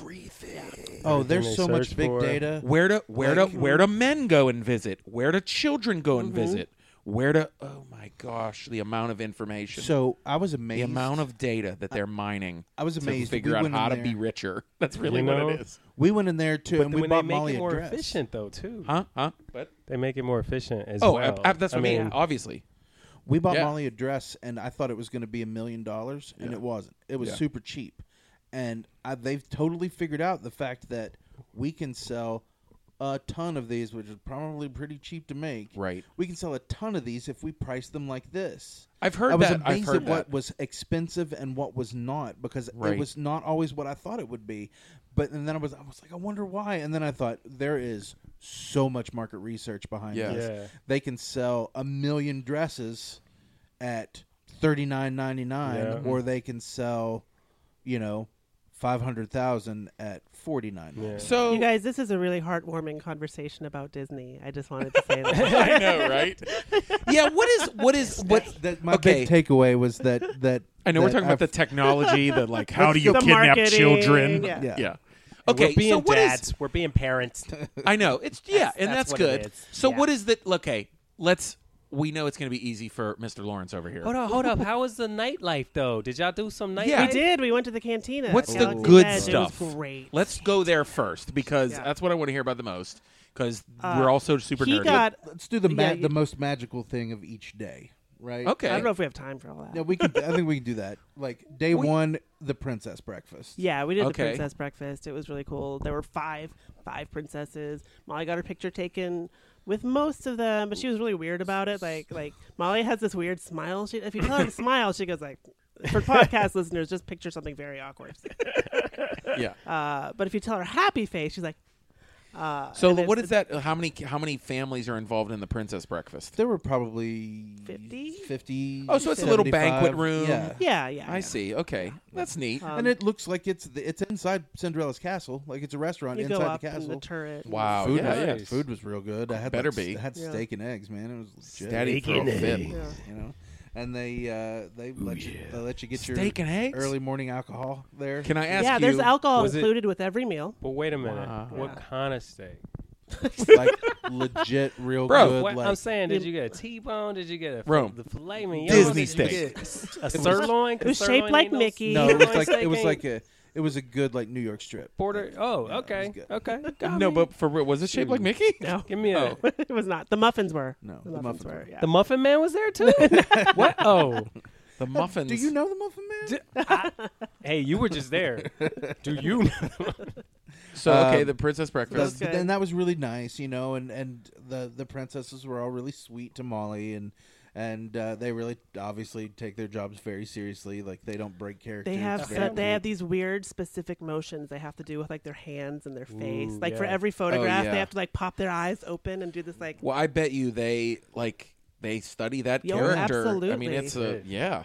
Speaker 1: everything.
Speaker 4: Oh, there's
Speaker 2: they
Speaker 4: so much
Speaker 2: search
Speaker 4: big
Speaker 2: for.
Speaker 4: data.
Speaker 1: Where do where do where do men go and visit? Where do children go and
Speaker 4: Mm-hmm.
Speaker 1: visit? Where do oh my gosh, the amount of information,
Speaker 4: So I was amazed.
Speaker 1: the amount of data that they're mining.
Speaker 4: I was
Speaker 1: to
Speaker 4: amazed.
Speaker 1: figure
Speaker 4: We
Speaker 1: out
Speaker 4: went
Speaker 1: how to
Speaker 4: in
Speaker 1: be
Speaker 4: there-
Speaker 1: richer. That's really
Speaker 2: You know?
Speaker 1: what it is.
Speaker 4: we went in there too, and we
Speaker 2: when they
Speaker 4: bought
Speaker 2: make
Speaker 4: Molly
Speaker 2: it
Speaker 4: a
Speaker 2: more
Speaker 4: dress.
Speaker 2: efficient though too.
Speaker 1: Huh? Huh? But
Speaker 2: They make it more efficient as
Speaker 1: oh,
Speaker 2: well.
Speaker 1: I, I- that's what I mean.
Speaker 2: mean.
Speaker 1: Obviously,
Speaker 4: We bought
Speaker 1: Yeah.
Speaker 4: Molly a dress, and I thought it was going to be a million dollars, and it wasn't. It was
Speaker 1: Yeah.
Speaker 4: super cheap, and I, they've totally figured out the fact that we can sell a ton of these, which is probably pretty cheap to make.
Speaker 1: Right.
Speaker 4: We can sell a ton of these if we price them like this.
Speaker 1: I've heard
Speaker 4: I was
Speaker 1: that. I've
Speaker 4: amazed
Speaker 1: heard
Speaker 4: at what
Speaker 1: that.
Speaker 4: was expensive and what was not because
Speaker 1: Right.
Speaker 4: it was not always what I thought it would be. But and then I was I was like I wonder why. And then I thought there is so much market research behind
Speaker 1: Yeah.
Speaker 4: this.
Speaker 2: Yeah.
Speaker 4: They can sell a million dresses at thirty nine ninety nine,
Speaker 2: Yeah.
Speaker 4: or they can sell, you know, five hundred thousand at forty nine.
Speaker 2: Yeah.
Speaker 1: so
Speaker 3: You guys, this is a really heartwarming conversation about Disney. I just wanted to say that.
Speaker 1: I know, right? yeah. What is what is what?
Speaker 4: That my
Speaker 1: okay.
Speaker 4: big takeaway was that that
Speaker 1: I know we're
Speaker 4: that
Speaker 1: talking about the
Speaker 4: I've-
Speaker 1: technology, the like, how do you
Speaker 3: The
Speaker 1: kidnap
Speaker 3: marketing,
Speaker 1: children?
Speaker 3: yeah.
Speaker 4: Yeah.
Speaker 1: Okay.
Speaker 2: We're being
Speaker 1: so what is-
Speaker 2: dads. We're being parents.
Speaker 1: I know it's yeah,
Speaker 2: That's-
Speaker 1: and that's,
Speaker 2: that's what it
Speaker 1: good.
Speaker 2: is.
Speaker 1: So
Speaker 2: Yeah.
Speaker 1: what is that? Okay, let's. We know it's going to be easy for Mr. Lawrence over here.
Speaker 2: hold up, Oh, hold up. How was the nightlife though? Did y'all do some nightlife?
Speaker 1: Yeah.
Speaker 3: we did. We went to the cantina. at
Speaker 1: What's the
Speaker 3: Galaxy's
Speaker 1: good
Speaker 3: Edge.
Speaker 1: stuff?
Speaker 3: It was great.
Speaker 1: Let's go there first because
Speaker 3: Yeah.
Speaker 1: that's what I want to hear about the most. Because we're also super
Speaker 3: he
Speaker 1: nerdy.
Speaker 3: got.
Speaker 4: let's do the ma-
Speaker 3: Yeah, you-
Speaker 4: the most magical thing of each day, right?
Speaker 1: okay.
Speaker 3: I don't know if we have time for all that.
Speaker 4: Yeah, we could. I think we can do that. Like day one, the princess breakfast.
Speaker 3: Yeah, we did
Speaker 1: Okay.
Speaker 3: the princess breakfast. It was really cool. There were five five princesses. Molly got her picture taken with most of them, but she was really weird about it. Like like Molly has this weird smile. She if you tell her to smile, she goes like. For podcast listeners, just picture something very awkward.
Speaker 1: Yeah.
Speaker 3: Uh, but if you tell her happy face, she's like. Uh,
Speaker 1: So
Speaker 3: and it's-
Speaker 1: what is that? How many how many families are involved in the princess breakfast?
Speaker 4: There were probably
Speaker 3: 50?
Speaker 4: 50
Speaker 1: Oh, so it's a little
Speaker 4: 75.
Speaker 1: banquet room.
Speaker 4: Yeah.
Speaker 3: Yeah, yeah.
Speaker 1: I see. Okay, that's neat.
Speaker 4: and it looks like it's the, it's inside Cinderella's castle, like it's a restaurant
Speaker 3: You go
Speaker 4: inside
Speaker 3: up
Speaker 4: the
Speaker 3: in
Speaker 4: castle.
Speaker 3: the turret.
Speaker 1: wow.
Speaker 4: food,
Speaker 1: Oh, yeah,
Speaker 4: was,
Speaker 1: yeah.
Speaker 2: nice.
Speaker 4: food was real good. I had
Speaker 1: Better
Speaker 4: like,
Speaker 1: be.
Speaker 4: I had
Speaker 3: Yeah.
Speaker 4: steak and eggs, man. It was legit,
Speaker 1: Daddy threw a fit.
Speaker 3: Yeah.
Speaker 4: you know. And they uh, they let you they let you get
Speaker 1: Steak
Speaker 4: your
Speaker 1: and eggs?
Speaker 4: early morning alcohol there.
Speaker 1: Can I ask
Speaker 3: Yeah,
Speaker 1: you?
Speaker 3: there's alcohol
Speaker 2: Was it-
Speaker 3: included with every meal.
Speaker 2: But wait a minute.
Speaker 1: Wow.
Speaker 2: What
Speaker 3: Yeah.
Speaker 2: kind of steak?
Speaker 4: like legit, real
Speaker 1: Bro,
Speaker 4: good.
Speaker 2: What,
Speaker 4: like,
Speaker 2: I'm saying, did
Speaker 3: Yeah.
Speaker 2: you get a T-bone? Did you get a
Speaker 1: Rome.
Speaker 2: the filet mignon?
Speaker 1: Disney
Speaker 2: Did
Speaker 1: steak.
Speaker 2: you get A sirloin.
Speaker 3: It was shaped like Mickey.
Speaker 4: no, it was
Speaker 2: Sirloin
Speaker 4: like it
Speaker 2: steak
Speaker 4: was
Speaker 2: ain't
Speaker 4: like a it was a good like New York strip.
Speaker 2: border. Oh,
Speaker 4: Yeah, it
Speaker 2: okay,
Speaker 4: was good.
Speaker 2: okay.
Speaker 1: no, but for real, was it shaped like Mickey?
Speaker 3: No,
Speaker 2: Give me a.
Speaker 3: it was not. The muffins were.
Speaker 4: No,
Speaker 3: the muffins, were. Yeah.
Speaker 2: The Muffin Man was there too. what? Oh,
Speaker 1: The muffins.
Speaker 4: Do you know the Muffin Man?
Speaker 2: hey, you were just there. Do you?
Speaker 1: So okay,
Speaker 4: Um,
Speaker 1: the princess
Speaker 4: the-
Speaker 1: breakfast.
Speaker 3: That's good.
Speaker 4: and that was really nice, you know, and and the the princesses were all really sweet to Molly and and uh, they really obviously take their jobs very seriously. Like they don't break character.
Speaker 3: They have
Speaker 4: It's
Speaker 3: so-
Speaker 4: very
Speaker 3: they have
Speaker 4: neat.
Speaker 3: these weird specific motions they have to do with like their hands and their face.
Speaker 2: Ooh,
Speaker 3: like for
Speaker 2: yeah.
Speaker 3: every photograph,
Speaker 1: yeah.
Speaker 3: they have to like pop their eyes open and do this like.
Speaker 1: Well, I bet you they like they study that
Speaker 3: Yo,
Speaker 1: character. I mean,
Speaker 3: absolutely.
Speaker 1: it's a yeah.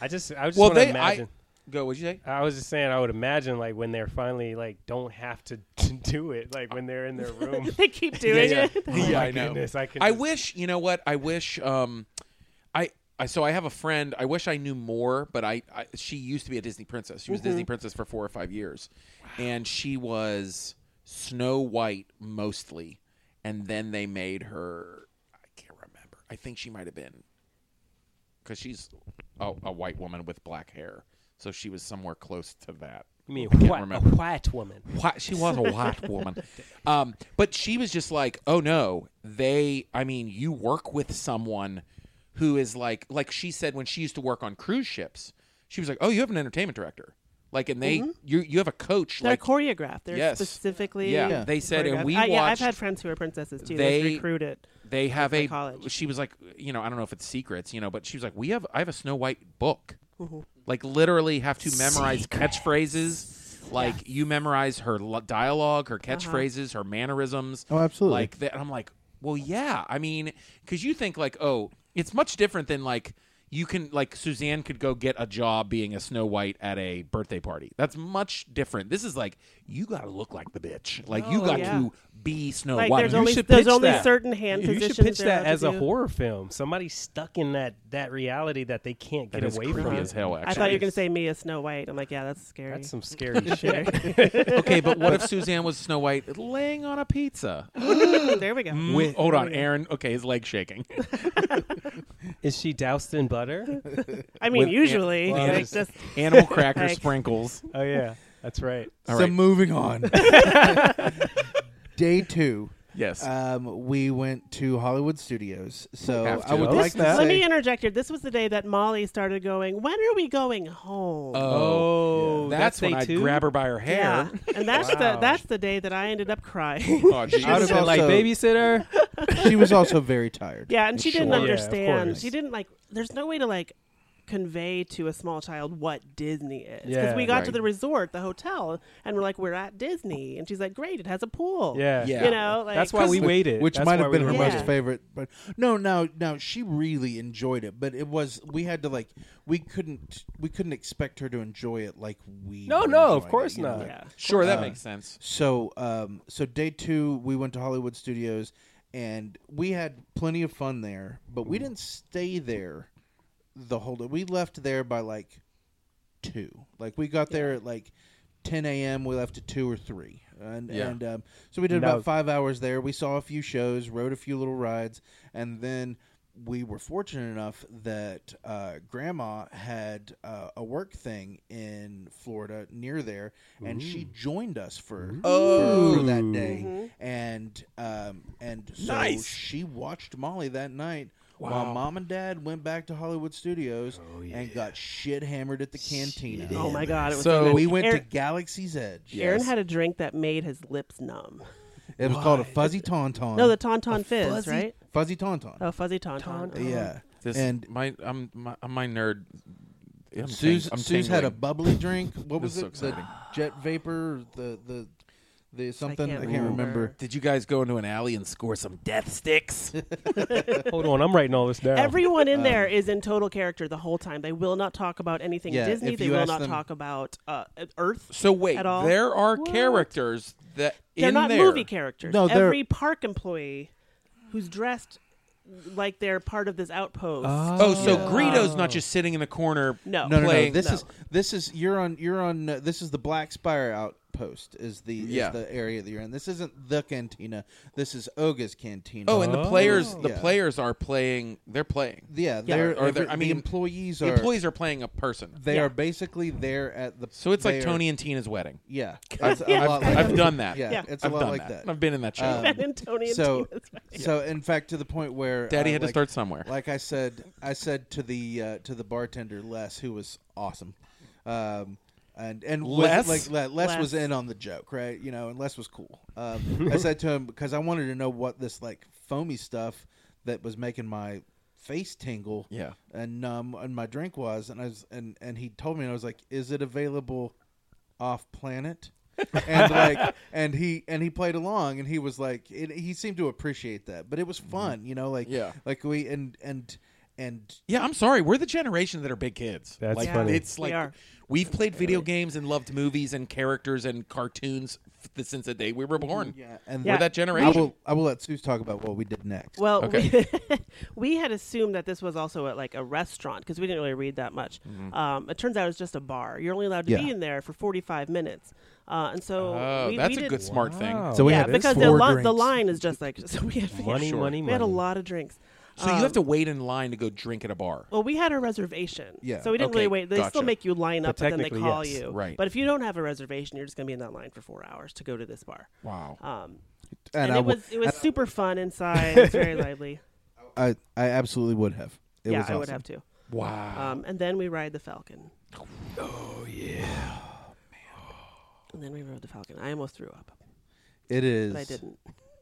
Speaker 2: I just, I just
Speaker 1: Well,
Speaker 2: want to
Speaker 1: they.
Speaker 2: imagine.
Speaker 1: I go. What'd you say?
Speaker 2: I, was just saying, I would imagine like when they're finally like don't have to do it, like when they're in their room.
Speaker 3: they keep doing
Speaker 1: yeah.
Speaker 3: it.
Speaker 2: Oh
Speaker 1: yeah,
Speaker 2: my
Speaker 1: I know.
Speaker 2: goodness, I can
Speaker 1: I
Speaker 2: just-
Speaker 1: wish you know what I wish. Um, I. I, so I have a friend. I wish I knew more, but I, I she used to be a Disney princess. She was
Speaker 2: Mm-hmm.
Speaker 1: Disney princess for four or five years, and she was Snow White mostly, and then they made her. I can't remember. I think she might have been because she's a, a white woman with black hair, so she was somewhere close to that.
Speaker 2: You mean
Speaker 1: Can't
Speaker 2: whi- a
Speaker 1: remember.
Speaker 2: white woman?
Speaker 1: Whi- she was a white woman. Um, but she was just like, oh no, they, I mean, you work with someone who is like, like she said when she used to work on cruise ships, she was like, oh, you have an entertainment director. Like, and they, you, you have a coach.
Speaker 3: Mm-hmm. They're
Speaker 1: like,
Speaker 3: choreographed. They're
Speaker 1: Yes.
Speaker 3: specifically.
Speaker 1: Yeah. Yeah. They said, and
Speaker 3: choreographed.
Speaker 1: we
Speaker 3: I, yeah, I've
Speaker 1: watched-
Speaker 3: had friends who are princesses too.
Speaker 1: They-
Speaker 3: They recruited.
Speaker 1: they have a,
Speaker 3: college.
Speaker 1: she was like, you know, I don't know if it's secrets, you know, but she was like, we have, I have a Snow White book. Like, literally have to memorize catchphrases. Like, you memorize her lo- dialogue,
Speaker 3: Uh-huh.
Speaker 1: her catchphrases, her mannerisms.
Speaker 4: Oh, absolutely.
Speaker 1: Like that, and I'm like, well, yeah. I mean, because you think like, oh, it's much different than like you can like Suzanne could go get a job being a Snow White at a birthday party. That's much different. This is like you got to look like the bitch. Like you
Speaker 3: Oh,
Speaker 1: got
Speaker 3: yeah.
Speaker 1: to be Snow
Speaker 3: Like
Speaker 1: White.
Speaker 3: there's
Speaker 2: You
Speaker 3: only
Speaker 2: should
Speaker 3: there's
Speaker 2: pitch
Speaker 3: only
Speaker 2: that.
Speaker 3: certain hand
Speaker 2: you
Speaker 3: positions.
Speaker 2: should pitch
Speaker 3: they're allowed
Speaker 2: that
Speaker 3: to
Speaker 2: as a
Speaker 3: do.
Speaker 2: horror film. Somebody stuck in that that reality that they can't
Speaker 1: That
Speaker 2: get
Speaker 1: is
Speaker 2: away
Speaker 1: creepy
Speaker 2: from.
Speaker 1: as hell. Actually,
Speaker 3: I thought you were gonna say me as Snow White. I'm like, yeah, that's scary.
Speaker 2: That's some scary shit.
Speaker 1: okay, but what if Suzanne was Snow White laying on a pizza?
Speaker 3: there we go.
Speaker 1: Mm, hold on, Aaron. Okay, his leg shaking.
Speaker 2: Is she doused in butter?
Speaker 3: I mean,
Speaker 1: With-
Speaker 3: usually,
Speaker 1: Well,
Speaker 3: like,
Speaker 1: just-
Speaker 3: just
Speaker 1: Animal cracker
Speaker 3: Like-
Speaker 1: sprinkles.
Speaker 2: Oh yeah, that's right.
Speaker 1: All
Speaker 4: so
Speaker 1: right.
Speaker 4: moving on. Day two,
Speaker 1: Yes.
Speaker 4: um, we went to Hollywood Studios. So
Speaker 1: Have to.
Speaker 4: I would
Speaker 2: Oh,
Speaker 4: like to
Speaker 2: snap.
Speaker 4: say
Speaker 3: Let me interject here. This was the day that Molly started going, When are we going home?
Speaker 2: Oh,
Speaker 1: that's, when
Speaker 2: day
Speaker 1: I
Speaker 2: two?
Speaker 1: grab her by her
Speaker 3: yeah.
Speaker 1: hair.
Speaker 3: And that's
Speaker 2: Wow.
Speaker 3: the that's the day that I ended up crying.
Speaker 1: Oh,
Speaker 4: She
Speaker 2: I would
Speaker 1: jeez.
Speaker 2: have
Speaker 4: was
Speaker 2: been like
Speaker 4: also-
Speaker 2: babysitter.
Speaker 4: she was also very tired.
Speaker 3: yeah, and she didn't
Speaker 2: Sure. Yeah, of
Speaker 3: understand.
Speaker 2: course.
Speaker 3: she didn't like there's no way to like convey to a small child what Disney is. Because
Speaker 2: Yeah.
Speaker 3: we got to
Speaker 1: Right.
Speaker 3: the resort, the hotel, and we're like, We're at Disney and she's like, Great, it has a pool.
Speaker 2: Yeah,
Speaker 1: Yeah.
Speaker 3: You know, like
Speaker 2: That's why we
Speaker 4: Which-
Speaker 2: waited.
Speaker 4: which
Speaker 2: That's
Speaker 4: might
Speaker 2: why
Speaker 4: have
Speaker 2: we
Speaker 4: been her
Speaker 2: waited.
Speaker 4: most favorite. But no, no, no, she really enjoyed it. But it was we had to like we couldn't we couldn't expect her to enjoy it like we.
Speaker 2: No,
Speaker 4: were
Speaker 2: no, of
Speaker 4: enjoying it,
Speaker 2: course
Speaker 4: you know,
Speaker 2: not.
Speaker 4: like-
Speaker 3: Yeah.
Speaker 1: Sure, that makes sense.
Speaker 4: So, um, so day two, we went to Hollywood Studios, and we had plenty of fun there. But we didn't stay there the whole day. We left there by like two. Like we got there at like ten a.m. We left at two or three, and
Speaker 1: Yeah.
Speaker 4: and um, so we did
Speaker 2: No.
Speaker 4: about five hours there. We saw a few shows, rode a few little rides, and then. We were fortunate enough that uh, Grandma had uh, a work thing in Florida near there, and she joined us for, for- for
Speaker 3: Oh.
Speaker 4: that day.
Speaker 3: Mm-hmm.
Speaker 4: And um, and so
Speaker 1: Nice.
Speaker 4: she watched Molly that night
Speaker 1: Wow. Oh,
Speaker 4: while Mom and Dad went back to Hollywood Studios and got shit hammered at the cantina.
Speaker 3: Oh my god, it was
Speaker 1: So-
Speaker 4: We went to
Speaker 3: Aaron,
Speaker 4: Galaxy's Edge.
Speaker 1: Yeah.
Speaker 3: Aaron
Speaker 1: Yes.
Speaker 3: had a drink that made his lips numb.
Speaker 4: It was called a fuzzy tauntaun.
Speaker 3: No, the Tauntaun Fizz, right?
Speaker 4: Fuzzy tauntaun.
Speaker 3: Oh, Fuzzy Tauntaun.
Speaker 4: Yeah.
Speaker 1: This
Speaker 4: and
Speaker 1: my I'm my, I'm my nerd. I'm
Speaker 4: Sue's,
Speaker 1: ting- I'm
Speaker 4: Sue's had a
Speaker 1: tingling.
Speaker 4: bubbly drink. What
Speaker 1: This is
Speaker 4: was it?
Speaker 1: so
Speaker 4: the jet vapor, the the the something. I
Speaker 3: can't
Speaker 4: can't,
Speaker 3: remember.
Speaker 4: remember.
Speaker 1: Did you guys go into an alley and score some death sticks?
Speaker 2: Hold on, I'm writing all this down.
Speaker 3: Everyone in there is in total character the whole time. They will not talk about anything
Speaker 4: Yeah,
Speaker 3: Disney.
Speaker 4: if
Speaker 3: They
Speaker 4: you
Speaker 3: will
Speaker 4: ask
Speaker 3: not
Speaker 4: them-
Speaker 3: talk about uh, Earth.
Speaker 1: so wait,
Speaker 3: At all?
Speaker 1: there are characters that
Speaker 3: they're
Speaker 1: in
Speaker 3: not
Speaker 1: there-
Speaker 3: movie characters.
Speaker 4: No, they're-
Speaker 3: every park employee who's dressed like they're part of this outpost.
Speaker 1: Oh, so Greedo's not just sitting in the corner.
Speaker 3: no,
Speaker 4: No, no, no.
Speaker 1: Uh, playing-
Speaker 4: This
Speaker 3: No.
Speaker 4: is this is you're on you're on uh, this is the Black Spire outpost is the
Speaker 1: Yeah.
Speaker 4: is the area that you're in. This isn't the cantina. This is Oga's cantina.
Speaker 1: Oh, and the players, the
Speaker 4: Yeah.
Speaker 1: players are playing. They're playing.
Speaker 4: yeah,
Speaker 1: Or-
Speaker 4: they're,
Speaker 1: or they're-
Speaker 4: every-
Speaker 1: I mean,
Speaker 4: the employees
Speaker 1: The
Speaker 4: are
Speaker 1: employees are playing a person.
Speaker 4: they
Speaker 3: Yeah.
Speaker 4: are basically there at the
Speaker 1: So it's like
Speaker 4: they are-
Speaker 1: Tony and Tina's wedding.
Speaker 4: Yeah, it's a
Speaker 3: Yeah.
Speaker 4: lot like
Speaker 1: I've done that.
Speaker 4: Yeah,
Speaker 3: Yeah.
Speaker 4: it's a
Speaker 1: I've
Speaker 4: lot
Speaker 1: done
Speaker 4: like
Speaker 1: that.
Speaker 4: that.
Speaker 1: I've been in that show.
Speaker 4: Um,
Speaker 3: Ben and Tony and
Speaker 4: so,
Speaker 3: Tina's wedding.
Speaker 4: so in fact, to the point where
Speaker 1: Daddy
Speaker 4: uh,
Speaker 1: had to
Speaker 4: like-
Speaker 1: start somewhere.
Speaker 4: Like I said, I said to the uh, to the bartender Les, who was awesome, um, and and
Speaker 1: Les?
Speaker 4: was- like Le- Les, was
Speaker 3: Les.
Speaker 4: in on the joke, right? You know, and Les was cool. Um, I said to him because I wanted to know what this like foamy stuff that was making my face tingle,
Speaker 1: Yeah.
Speaker 4: and um, and my drink was, and I was, and and he told me, and I was like, is it available off planet? and like and he and he played along and he was like it, he seemed to appreciate that but it was fun you know like
Speaker 1: Mm-hmm. Yeah.
Speaker 4: like we and and and
Speaker 1: Yeah, I'm sorry. We're the generation that are big kids.
Speaker 2: That's
Speaker 1: like,
Speaker 2: funny.
Speaker 1: It's
Speaker 3: We
Speaker 1: like
Speaker 3: are.
Speaker 1: we have played video games and loved movies and characters and cartoons f- since the day we were born.
Speaker 4: yeah and
Speaker 1: We're
Speaker 3: Yeah.
Speaker 1: that
Speaker 4: I
Speaker 1: generation.
Speaker 4: will I will let Seuss talk about what we did next
Speaker 3: Well,
Speaker 1: Okay.
Speaker 3: we, we had assumed that this was also at like a restaurant because we didn't really read that much.
Speaker 1: Mm-hmm.
Speaker 3: Um, it turns out it's just a bar. You're only allowed to be
Speaker 4: Yeah.
Speaker 3: in there for 45 minutes, uh, and so
Speaker 1: oh,
Speaker 3: we,
Speaker 1: that's
Speaker 3: we
Speaker 1: a
Speaker 3: did,
Speaker 1: good smart
Speaker 2: Wow.
Speaker 1: thing.
Speaker 4: So we
Speaker 3: yeah,
Speaker 4: had
Speaker 3: because the,
Speaker 4: four
Speaker 3: li- the
Speaker 4: drinks.
Speaker 3: line is just like so we had
Speaker 2: money,
Speaker 1: Sure.
Speaker 2: money, money.
Speaker 3: we had a lot of drinks.
Speaker 1: So
Speaker 3: Um,
Speaker 1: you have to wait in line to go drink at a bar.
Speaker 3: Well, we had a reservation.
Speaker 4: Yeah,
Speaker 3: So we didn't really
Speaker 1: okay,
Speaker 3: wait. They still
Speaker 1: gotcha.
Speaker 3: make you line
Speaker 2: But
Speaker 3: up, but then they
Speaker 2: technically,
Speaker 3: call
Speaker 2: yes,
Speaker 3: you.
Speaker 1: right.
Speaker 3: But if you don't have a reservation, you're just going to be in that line for four hours to go to this bar.
Speaker 1: Wow.
Speaker 3: Um,
Speaker 4: and,
Speaker 3: and,
Speaker 4: I,
Speaker 3: it
Speaker 4: wa-
Speaker 3: was it was super fun inside. It's very lively.
Speaker 4: I I absolutely would have it
Speaker 3: yeah,
Speaker 4: was
Speaker 3: I would
Speaker 4: awesome.
Speaker 3: have to.
Speaker 1: Wow.
Speaker 3: Um, and then we ride the Falcon. Oh yeah. And then we rode the Falcon. I almost threw up,
Speaker 4: it is
Speaker 3: but I didn't.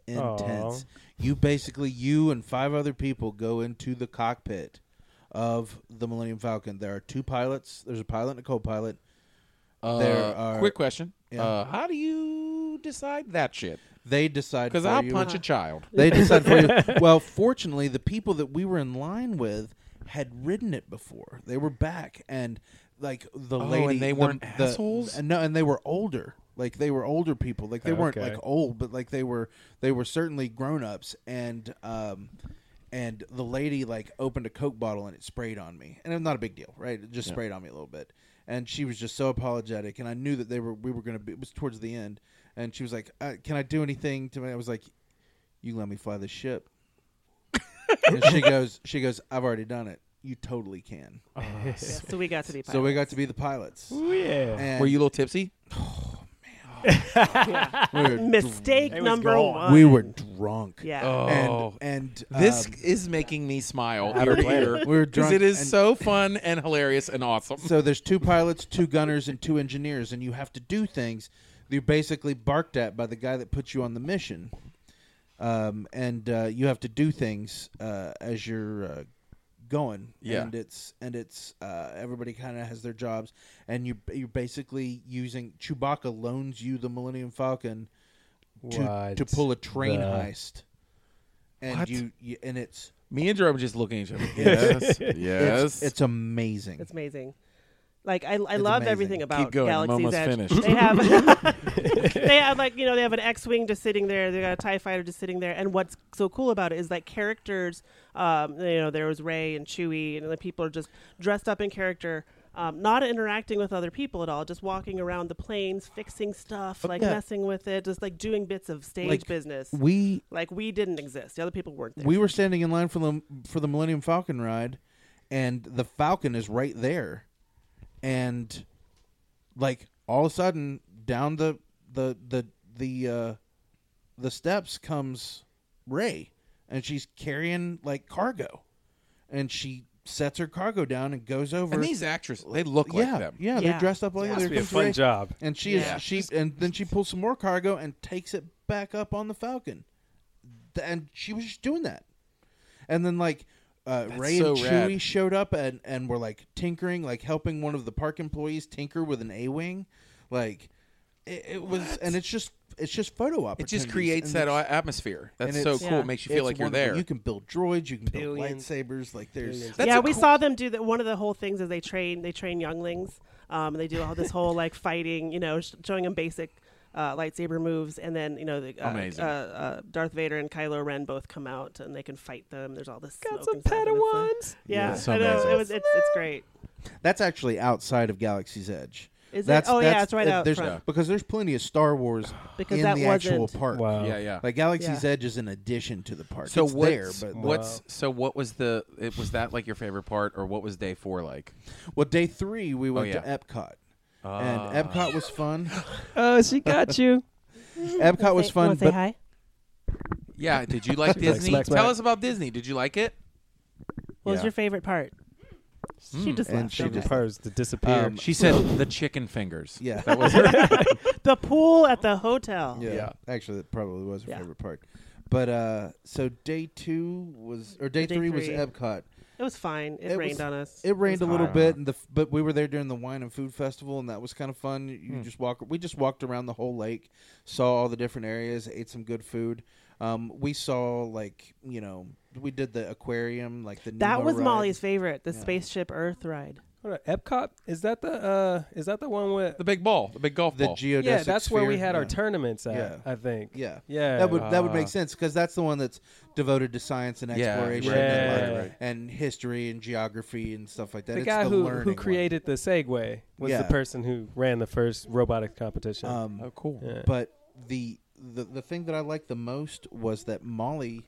Speaker 4: intense
Speaker 2: Aw.
Speaker 4: you basically you and five other people go into the cockpit of the Millennium Falcon there are two pilots there's a pilot and a co-pilot
Speaker 1: Uh,
Speaker 4: there are-
Speaker 1: quick question.
Speaker 4: Yeah.
Speaker 1: Uh, how do you decide that shit?
Speaker 4: they decide
Speaker 1: Because
Speaker 4: for
Speaker 1: I'll
Speaker 4: you.
Speaker 1: punch a child.
Speaker 4: They decide for you. Well, fortunately, the people that we were in line with had ridden it before. They were back, and like the
Speaker 1: Oh, and
Speaker 4: lady,
Speaker 1: they
Speaker 4: the-
Speaker 1: weren't
Speaker 4: the,
Speaker 1: assholes?
Speaker 4: and no, and they were older. Like they were older people. Like they weren't
Speaker 2: Okay.
Speaker 4: like old, but like they were they were certainly grown ups. And um, and the lady like opened a coke bottle and it sprayed on me, and it's not a big deal, right? It just sprayed on me a little bit. And she was just so apologetic, and I knew that they were we were gonna be. It was towards the end, and she was like, uh, "Can I do anything?" To me, I was like, you let me fly the ship. and she goes, she goes, I've already done it. You totally can.
Speaker 3: Yeah, so we got to be. Pilots.
Speaker 4: So we got to be the pilots.
Speaker 3: Oh,
Speaker 2: Ooh, yeah.
Speaker 4: And
Speaker 1: Were you a little tipsy?
Speaker 4: we were,
Speaker 3: mistake
Speaker 2: It was
Speaker 3: number
Speaker 2: gone.
Speaker 3: one.
Speaker 4: we were drunk.
Speaker 3: Yeah.
Speaker 1: Oh.
Speaker 4: And and
Speaker 1: this
Speaker 4: um,
Speaker 1: is making me smile
Speaker 4: we
Speaker 1: ear
Speaker 4: were-
Speaker 1: to ear.
Speaker 4: we were
Speaker 1: 'Cause
Speaker 4: drunk
Speaker 1: it is
Speaker 4: and-
Speaker 1: so fun and hilarious and awesome.
Speaker 4: so there's two pilots, two gunners, and two engineers, and you have to do things. You're basically barked at by the guy that put you on the mission, um, and uh, you have to do things uh, as you're uh, going.
Speaker 1: Yeah.
Speaker 4: and it's and it's uh, everybody kind of has their jobs, and you you're basically using Chewbacca loans you the Millennium Falcon to,
Speaker 2: What
Speaker 4: to pull a train
Speaker 2: the-
Speaker 4: heist, and
Speaker 1: What?
Speaker 4: you, you and it's
Speaker 1: Me and Jerome just looking at each other. Yes. yes.
Speaker 4: it's, it's amazing.
Speaker 3: It's amazing. Like I, I love
Speaker 4: amazing.
Speaker 3: everything about
Speaker 1: going, I'm
Speaker 3: Galaxy's
Speaker 1: almost
Speaker 3: Edge.
Speaker 1: finished.
Speaker 3: They have, they have like you know they have an X-wing just sitting there. They got a Tie fighter just sitting there. And what's so cool about it is like characters. Um, you know there was Ray and Chewie, and the people are just dressed up in character. Um, not interacting with other people at all, just walking around the planes, fixing stuff, like
Speaker 4: yeah.
Speaker 3: messing with it, just like doing bits of stage
Speaker 4: Like,
Speaker 3: business.
Speaker 4: We
Speaker 3: like we didn't exist; the other people weren't there.
Speaker 4: we were standing in line for the for the Millennium Falcon ride, and the Falcon is right there, and like all of a sudden down the the the the uh, the steps comes Ray, and she's carrying like cargo, and she sets her cargo down and goes over.
Speaker 1: And these actresses, they look
Speaker 4: yeah,
Speaker 1: like them.
Speaker 4: yeah,
Speaker 3: Yeah.
Speaker 4: they're dressed up like
Speaker 2: Must
Speaker 4: they're
Speaker 2: be a
Speaker 4: from
Speaker 2: fun
Speaker 4: Ray.
Speaker 2: job.
Speaker 4: And she
Speaker 3: Yeah.
Speaker 4: is she and then she pulls some more cargo and takes it back up on the Falcon. Th- And she was just doing that. And then like uh, Ray and
Speaker 1: so
Speaker 4: Chewie
Speaker 1: rad.
Speaker 4: showed up and and were like tinkering, like helping one of the park employees tinker with an A wing, like it, it was. And it's just it's just photo
Speaker 1: It
Speaker 4: opportunities.
Speaker 1: just creates
Speaker 4: and
Speaker 1: that
Speaker 4: it's-
Speaker 1: atmosphere. That's
Speaker 4: and
Speaker 1: so
Speaker 4: it's-
Speaker 1: cool.
Speaker 3: Yeah.
Speaker 1: It makes you feel
Speaker 4: it's
Speaker 1: like you're
Speaker 4: wonderful.
Speaker 1: there.
Speaker 4: You can build droids. You can build
Speaker 2: Billions.
Speaker 4: lightsabers. Like there's.
Speaker 1: That's
Speaker 3: yeah,
Speaker 1: a
Speaker 3: we
Speaker 1: cool-
Speaker 3: saw them do that. One of the whole things is they train they train younglings. Um, and they do all this whole like fighting, you know, sh- showing them basic uh, lightsaber moves, and then you know, the, uh,
Speaker 1: Amazing.
Speaker 3: Uh, uh, Darth Vader and Kylo Ren both come out and they can fight them. There's all this
Speaker 2: Got
Speaker 3: smoke
Speaker 2: some
Speaker 3: and stuff, and it's like-
Speaker 2: Padawans.
Speaker 3: Yeah,
Speaker 1: Yeah, so
Speaker 3: I know.
Speaker 1: amazing.
Speaker 3: It was, it's, it's great.
Speaker 4: That's actually outside of Galaxy's Edge.
Speaker 3: Is it? Oh, yeah, it's right
Speaker 4: uh,
Speaker 3: out
Speaker 4: there's-
Speaker 3: front.
Speaker 4: Because there's plenty of Star Wars
Speaker 3: Because
Speaker 4: in
Speaker 3: that
Speaker 4: the actual
Speaker 3: wasn't-
Speaker 4: park.
Speaker 2: Wow.
Speaker 1: yeah, yeah.
Speaker 4: Like Galaxy's
Speaker 3: Yeah.
Speaker 4: Edge is an addition to the park.
Speaker 1: so
Speaker 4: it's there,
Speaker 1: what's,
Speaker 4: but
Speaker 1: what's so what was the it was that like your favorite part or what was day four like?
Speaker 4: well, day three we went
Speaker 1: Oh, yeah. Uh.
Speaker 4: to Epcot,
Speaker 1: Ah.
Speaker 4: and Epcot was fun.
Speaker 2: Oh, she got you.
Speaker 4: Epcot was fun,
Speaker 3: say
Speaker 4: but
Speaker 3: hi?
Speaker 1: Yeah, did you like
Speaker 2: She's like,
Speaker 1: Disney?
Speaker 2: smack,
Speaker 1: Tell
Speaker 2: smack.
Speaker 1: us about Disney. Did you like it?
Speaker 3: What was
Speaker 1: Yeah.
Speaker 3: your favorite part? She just
Speaker 4: Hmm. and
Speaker 3: left.
Speaker 4: she
Speaker 3: Okay.
Speaker 4: just-
Speaker 2: Hers to disappear.
Speaker 4: Um,
Speaker 1: She said the chicken fingers.
Speaker 4: yeah,
Speaker 1: That was her.
Speaker 3: the pool at the hotel.
Speaker 4: yeah,
Speaker 1: Yeah.
Speaker 4: Actually, that probably was her
Speaker 3: Yeah.
Speaker 4: favorite part. But uh, so day two was, or day,
Speaker 3: Day
Speaker 4: three, was
Speaker 3: three.
Speaker 4: Epcot.
Speaker 3: It was fine. It,
Speaker 4: It
Speaker 3: rained
Speaker 4: was-
Speaker 3: on us.
Speaker 4: It rained a
Speaker 3: was
Speaker 4: little
Speaker 3: hot.
Speaker 4: bit, and the f- but we were there during the wine and food festival, and that was kind of fun. You just walk. We just walked around the whole lake, saw all the different areas, ate some good food. Um, we saw like you know we did the aquarium, like the
Speaker 3: That
Speaker 4: Nemo
Speaker 3: was
Speaker 4: ride.
Speaker 3: Molly's favorite, the
Speaker 4: Yeah.
Speaker 3: spaceship Earth ride.
Speaker 2: Hold on, Epcot is that the uh is that the one with
Speaker 1: The big ball, the big golf
Speaker 4: the
Speaker 1: ball.
Speaker 4: geodesic.
Speaker 2: yeah that's where we
Speaker 4: sphere.
Speaker 2: had our
Speaker 4: Yeah.
Speaker 2: tournaments at
Speaker 4: Yeah.
Speaker 2: I think
Speaker 4: Yeah.
Speaker 2: yeah
Speaker 4: That would that would
Speaker 1: Ah.
Speaker 4: make sense because that's the one that's devoted to science and
Speaker 1: Yeah,
Speaker 4: exploration
Speaker 1: right,
Speaker 4: and,
Speaker 2: right,
Speaker 4: like,
Speaker 2: right.
Speaker 4: and history and geography and stuff like that.
Speaker 2: the
Speaker 4: It's
Speaker 2: guy
Speaker 4: the
Speaker 2: who
Speaker 4: learning
Speaker 2: who
Speaker 4: one.
Speaker 2: created the Segway was
Speaker 4: Yeah.
Speaker 2: the person who ran the first robotics competition
Speaker 4: Um,
Speaker 1: Oh, cool.
Speaker 2: Yeah.
Speaker 4: But the, the the thing that I liked the most was that Molly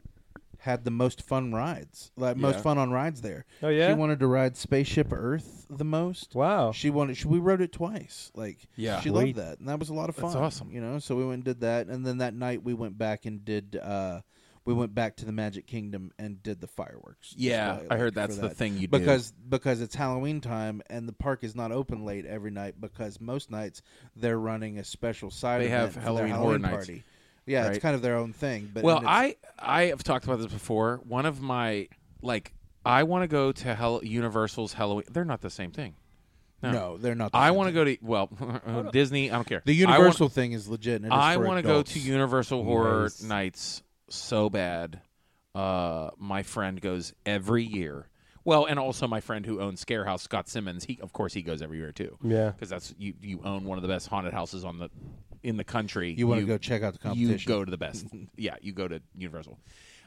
Speaker 4: had the most fun rides, like most
Speaker 1: Yeah.
Speaker 4: fun on rides there.
Speaker 2: Oh, yeah?
Speaker 4: she wanted to ride Spaceship Earth the most.
Speaker 2: wow
Speaker 4: She wanted. She, we rode it twice. Like
Speaker 1: Yeah.
Speaker 4: she loved
Speaker 2: Sweet.
Speaker 4: that, and that was a lot of fun.
Speaker 1: That's awesome.
Speaker 4: You know, so we went and did that, and then that night we went back and did. uh we went back to the Magic Kingdom and did the fireworks.
Speaker 1: Yeah,
Speaker 4: display,
Speaker 1: I
Speaker 4: like,
Speaker 1: heard
Speaker 4: for
Speaker 1: that's the
Speaker 4: that.
Speaker 1: thing you do.
Speaker 4: because because it's Halloween time and the park is not open late every night because most nights they're running a special side.
Speaker 1: They have
Speaker 4: event for their
Speaker 1: Halloween Horror
Speaker 4: Halloween
Speaker 1: Nights.
Speaker 4: party. Yeah,
Speaker 1: Right.
Speaker 4: it's kind of their own thing. But
Speaker 1: well,
Speaker 4: and it's-
Speaker 1: I I have talked about this before. One of my like I want to go to Hel- Universal's Halloween. They're not the same thing.
Speaker 4: no, they're not.
Speaker 1: I want to go to well Disney. I don't care.
Speaker 4: The Universal thing is legit. And it is
Speaker 1: I
Speaker 4: for
Speaker 1: want to go
Speaker 4: adults.
Speaker 1: to Universal Horror
Speaker 2: Nice.
Speaker 1: Nights so bad. Uh, my friend goes every year. Well, and also my friend who owns Scare House, Scott Simmons. He of course he goes every year too.
Speaker 2: Yeah.
Speaker 1: because that's you. You own one of the best haunted houses on the in the country.
Speaker 4: You want to go check out the competition.
Speaker 1: You go to the best. yeah, you go to Universal.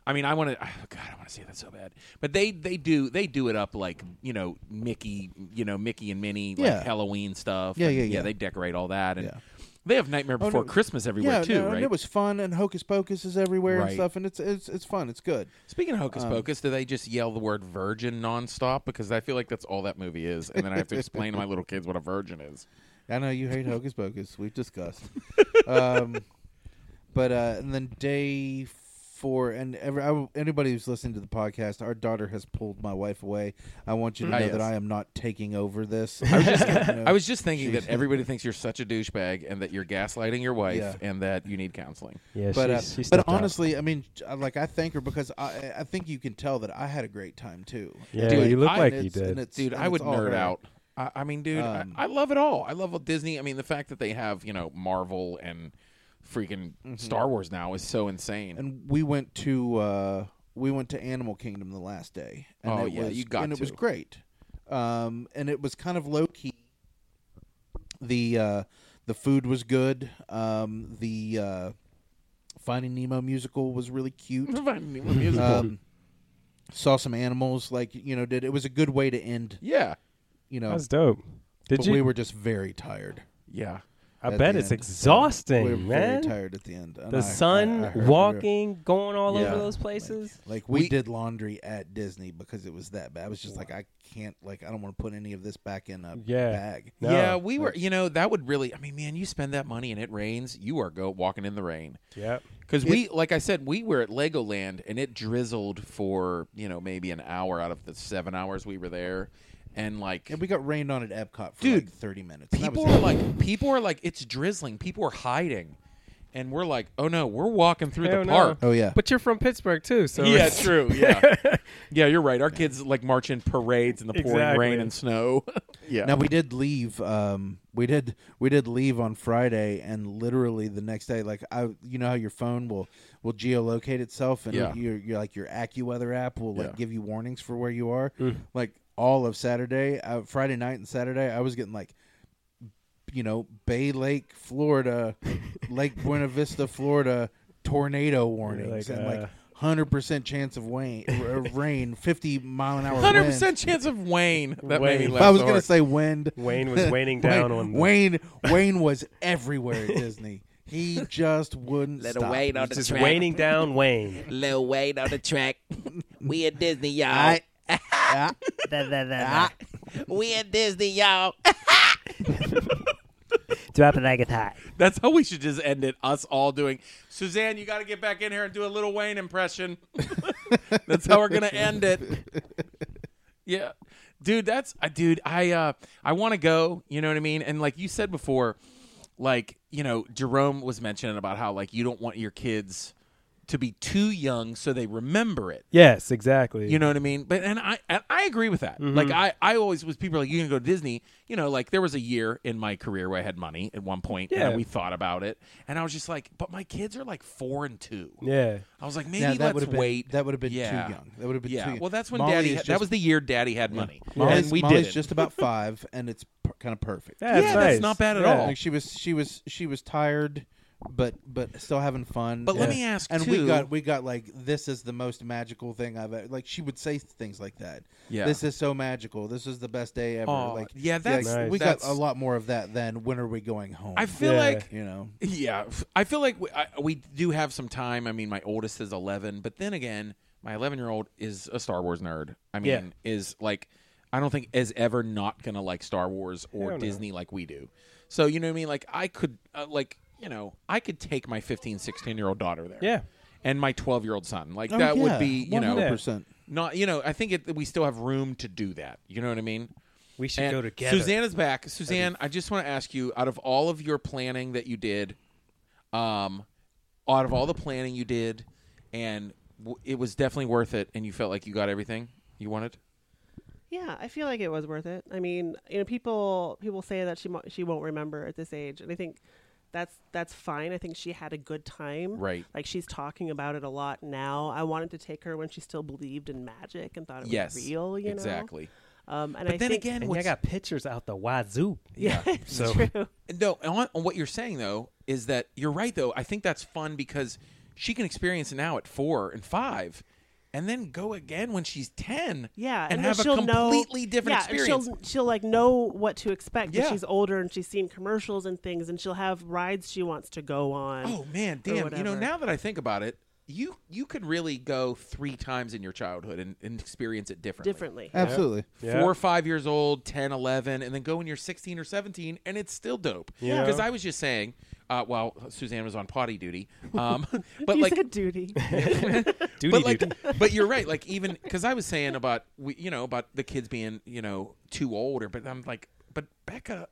Speaker 1: I mean, I want to. Oh God, I want to see that so bad. But they they do they do it up like you know Mickey, you know Mickey and Minnie, like
Speaker 4: Yeah.
Speaker 1: Halloween stuff.
Speaker 4: Yeah,
Speaker 1: and,
Speaker 4: yeah, yeah.
Speaker 1: They decorate all that, and
Speaker 4: Yeah.
Speaker 1: they have Nightmare Before Christmas everywhere
Speaker 4: yeah,
Speaker 1: too,
Speaker 4: no,
Speaker 1: right?
Speaker 4: and it was fun, and Hocus Pocus is everywhere
Speaker 1: Right.
Speaker 4: and stuff, and it's it's it's fun. It's good.
Speaker 1: Speaking of Hocus Pocus, do they just yell the word virgin nonstop? Because I feel like that's all that movie is, and then I have to explain to my little kids what a virgin is.
Speaker 4: I know you hate Hocus Pocus. We've discussed. um, but uh, and then day four, and every, I, anybody who's listening to the podcast, our daughter has pulled my wife away. I want you to
Speaker 1: Ah,
Speaker 4: know
Speaker 1: yes.
Speaker 4: that I am not taking over this.
Speaker 1: I was just thinking that everybody thinks you're such a douchebag, and that you're gaslighting your wife,
Speaker 4: Yeah.
Speaker 1: and that you need counseling.
Speaker 2: yeah
Speaker 4: But uh,
Speaker 2: she's- she's
Speaker 4: but
Speaker 2: stepped out.
Speaker 4: honestly, I mean, I- like I thank her because I I think you can tell that I had a great time too.
Speaker 2: Yeah,
Speaker 1: Dude,
Speaker 2: you look
Speaker 1: I-
Speaker 2: like
Speaker 4: And
Speaker 2: you
Speaker 4: it's-
Speaker 2: did.
Speaker 4: and it's-
Speaker 1: dude
Speaker 4: and
Speaker 1: i
Speaker 4: it's
Speaker 1: would
Speaker 4: all
Speaker 1: nerd
Speaker 4: her.
Speaker 1: out I, I mean dude
Speaker 4: Um,
Speaker 1: I, I love it all i love disney i mean the fact that they have you know marvel and freaking star wars now is so insane
Speaker 4: Mm-hmm. and we went to uh, we went to Animal Kingdom the last day. And
Speaker 1: Oh,
Speaker 4: it
Speaker 1: yeah,
Speaker 4: was,
Speaker 1: you got
Speaker 4: and it was
Speaker 1: to.
Speaker 4: great. Um, and it was kind of low key. The uh, the food was good. Um, the uh, Finding Nemo musical was really cute.
Speaker 2: Mm-hmm.
Speaker 1: musical.
Speaker 4: Um, saw some animals, like you know, did it was a good way to end.
Speaker 1: yeah
Speaker 4: You know,
Speaker 2: that's dope did
Speaker 4: but
Speaker 2: you
Speaker 4: we were just very tired.
Speaker 1: yeah
Speaker 2: I
Speaker 4: at
Speaker 2: bet
Speaker 4: the
Speaker 2: it's
Speaker 4: end.
Speaker 2: exhausting,
Speaker 4: We're very
Speaker 2: man.
Speaker 4: tired at the end. And
Speaker 2: The
Speaker 4: I- I-
Speaker 2: sun
Speaker 4: I heard we were-
Speaker 2: walking, going all
Speaker 4: Yeah.
Speaker 2: over those places.
Speaker 4: Like we,
Speaker 1: We-
Speaker 4: did laundry at Disney because it was that bad. I was just like, I can't, like, I don't want to put any of this back in a
Speaker 2: Yeah.
Speaker 4: bag.
Speaker 2: No.
Speaker 1: Yeah, we were. You know, that would really. I mean, man, you spend that money and it rains. You are go walking in the rain
Speaker 2: Yep.
Speaker 1: because we, like I said, we were at Legoland and it drizzled for you know maybe an hour out of the seven hours we were there, and like
Speaker 4: And we got rained on at Epcot for
Speaker 1: Dude,
Speaker 4: like 30 minutes. and that
Speaker 1: people
Speaker 4: was
Speaker 1: are
Speaker 4: it.
Speaker 1: like, people are like, it's drizzling. People are hiding, and we're like, oh no, we're walking through
Speaker 2: Hell
Speaker 1: the
Speaker 2: no.
Speaker 1: park.
Speaker 4: oh, yeah.
Speaker 2: But you're from Pittsburgh too, so
Speaker 1: Yeah,
Speaker 2: it's-
Speaker 1: true. Yeah, yeah, you're right. Our kids like march in parades in the pouring rain
Speaker 2: Exactly.
Speaker 1: and snow. yeah,
Speaker 4: Now we did leave. Um, we did we did leave on Friday, and literally the next day, like I, you know how your phone will will geolocate itself, and
Speaker 1: Yeah.
Speaker 4: your your like your AccuWeather app will like
Speaker 1: Yeah. Mm.
Speaker 4: give you warnings for where you are. Like all of Saturday, uh, Friday night and Saturday, I was getting like, you know, Bay Lake, Florida, Lake Buena Vista, Florida, tornado warnings,
Speaker 2: like,
Speaker 4: and
Speaker 2: uh,
Speaker 4: like. Hundred percent chance of rain, r- rain, fifty mile an hour. wind.
Speaker 1: hundred percent chance of Wayne. That made me
Speaker 2: Wayne.
Speaker 1: laugh.
Speaker 4: I was
Speaker 1: so
Speaker 4: gonna
Speaker 1: hard.
Speaker 4: say wind.
Speaker 2: Wayne was waning down
Speaker 4: Wayne,
Speaker 2: on the-
Speaker 4: Wayne. Wayne was everywhere at Disney. He just wouldn't
Speaker 6: Let
Speaker 4: stop.
Speaker 6: her wait on the
Speaker 2: just
Speaker 6: track.
Speaker 2: waning down Wayne.
Speaker 6: Lil Wayne on the track. we at Disney, y'all.
Speaker 4: I, I-
Speaker 6: We at Disney, y'all.
Speaker 7: Drop it like it's hot.
Speaker 1: That's how we should just end it. Us all doing. Suzanne, you got to get back in here and do a little Wayne impression. that's how we're gonna end it. Yeah, dude. That's uh, dude. I uh, I want to go. You know what I mean? And like you said before, like you know, Jerome was mentioning about how like you don't want your kids to be too young so they remember it.
Speaker 2: Yes, exactly.
Speaker 1: You know what I mean? But and I and I agree with that.
Speaker 4: Mm-hmm.
Speaker 1: Like I I always was people are like you can go to Disney. You know, like there was a year in my career where I had money at one point.
Speaker 2: Yeah.
Speaker 1: and we thought about it, and I was just like, but my kids are like four and two.
Speaker 2: Yeah.
Speaker 1: I was like,
Speaker 4: now,
Speaker 1: maybe
Speaker 4: that
Speaker 1: let's
Speaker 4: would've been,
Speaker 1: wait.
Speaker 4: That would have been
Speaker 1: Yeah.
Speaker 4: too young. That would have been too
Speaker 1: yeah.
Speaker 4: young.
Speaker 1: Well, that's when
Speaker 4: Molly
Speaker 1: Daddy.
Speaker 4: is
Speaker 1: Had, that
Speaker 4: just-
Speaker 1: was the year Daddy had money,
Speaker 4: Molly's,
Speaker 1: and we
Speaker 4: Molly's
Speaker 1: did
Speaker 4: just about five, and it's p- kind of perfect.
Speaker 2: Yeah,
Speaker 1: Yeah,
Speaker 2: it's
Speaker 1: that's
Speaker 2: nice.
Speaker 1: not bad at
Speaker 2: Yeah.
Speaker 1: all.
Speaker 4: Like she was, she was, she was tired, but but still having fun.
Speaker 1: But let
Speaker 4: Yeah.
Speaker 1: me ask
Speaker 4: And
Speaker 1: too-
Speaker 4: we got we got like this is the most magical thing I've ever like. She would say things like that.
Speaker 1: Yeah.
Speaker 4: this is so magical. This is the best day ever.
Speaker 1: Aw,
Speaker 4: like
Speaker 1: yeah,
Speaker 4: like,
Speaker 1: that's-
Speaker 4: we
Speaker 1: Nice.
Speaker 4: got a lot more of that than when are we going home?
Speaker 1: I feel
Speaker 2: Yeah.
Speaker 1: like
Speaker 4: you know.
Speaker 1: Yeah, f- I feel like we, I, we do have some time. I mean, my oldest is 11, but then again, my 11 year old is a Star Wars nerd. I mean,
Speaker 2: Yeah.
Speaker 1: is like, I don't think is ever not gonna like Star Wars or
Speaker 2: Hell no.
Speaker 1: Disney like we do. So you know what I mean? Like, I could uh, like you know I could take my 15, 16 year old daughter there.
Speaker 2: Yeah. Oh,
Speaker 1: and my 12 year old son. Like that would be you know
Speaker 4: percent.
Speaker 1: not you know I think it, we still have room to do that. You know what I mean?
Speaker 2: We should
Speaker 1: And
Speaker 2: go together.
Speaker 1: Suzanne is back. Suzanne, I just want to ask you, out of all of your planning that you did, um, out of all the planning you did, and w- it was definitely worth it, and you felt like you got everything you wanted.
Speaker 3: Yeah, I feel like it was worth it. I mean, you know, people people say that she mo- she won't remember at this age, and I think that's that's fine. I think she had a good time.
Speaker 1: Right.
Speaker 3: Like she's talking about it a lot now. I wanted to take her when she still believed in magic and thought it
Speaker 1: yes,
Speaker 3: was real. You know.
Speaker 1: exactly.
Speaker 3: Um, and
Speaker 1: But
Speaker 3: I
Speaker 1: then
Speaker 3: think,
Speaker 1: again,
Speaker 2: And I
Speaker 1: what's,
Speaker 2: got pictures out the wazoo.
Speaker 3: yeah, it's
Speaker 2: So-
Speaker 3: true.
Speaker 1: no. On, on what you're saying though is that you're right though. I think that's fun because she can experience it now at four and five. And then go again when she's ten.
Speaker 3: Yeah,
Speaker 1: and,
Speaker 3: then
Speaker 1: have a
Speaker 3: she'll
Speaker 1: completely
Speaker 3: know,
Speaker 1: different
Speaker 3: yeah, and
Speaker 1: experience.
Speaker 3: She'll she'll like know what to expect. 'cause
Speaker 1: Yeah.
Speaker 3: she's older and she's seen commercials and things, and she'll have rides she wants to go on.
Speaker 1: Oh man,
Speaker 3: or
Speaker 1: damn! You know,
Speaker 3: whatever.
Speaker 1: now that I think about it, you you could really go three times in your childhood and, and experience it differently.
Speaker 3: differently.
Speaker 4: Absolutely.
Speaker 2: Yeah.
Speaker 1: Four or five years old, 10, 11, and then go when you're 16 or 17, and it's still dope.
Speaker 2: Yeah.
Speaker 1: Because I was just saying, uh, well, Suzanne was on potty duty. Um, but
Speaker 3: you
Speaker 1: like,
Speaker 3: said duty.
Speaker 2: Duty
Speaker 1: but like,
Speaker 2: duty.
Speaker 1: but you're right. Like even because I was saying about we, you know, about the kids being you know too old, or but I'm like, but Becca,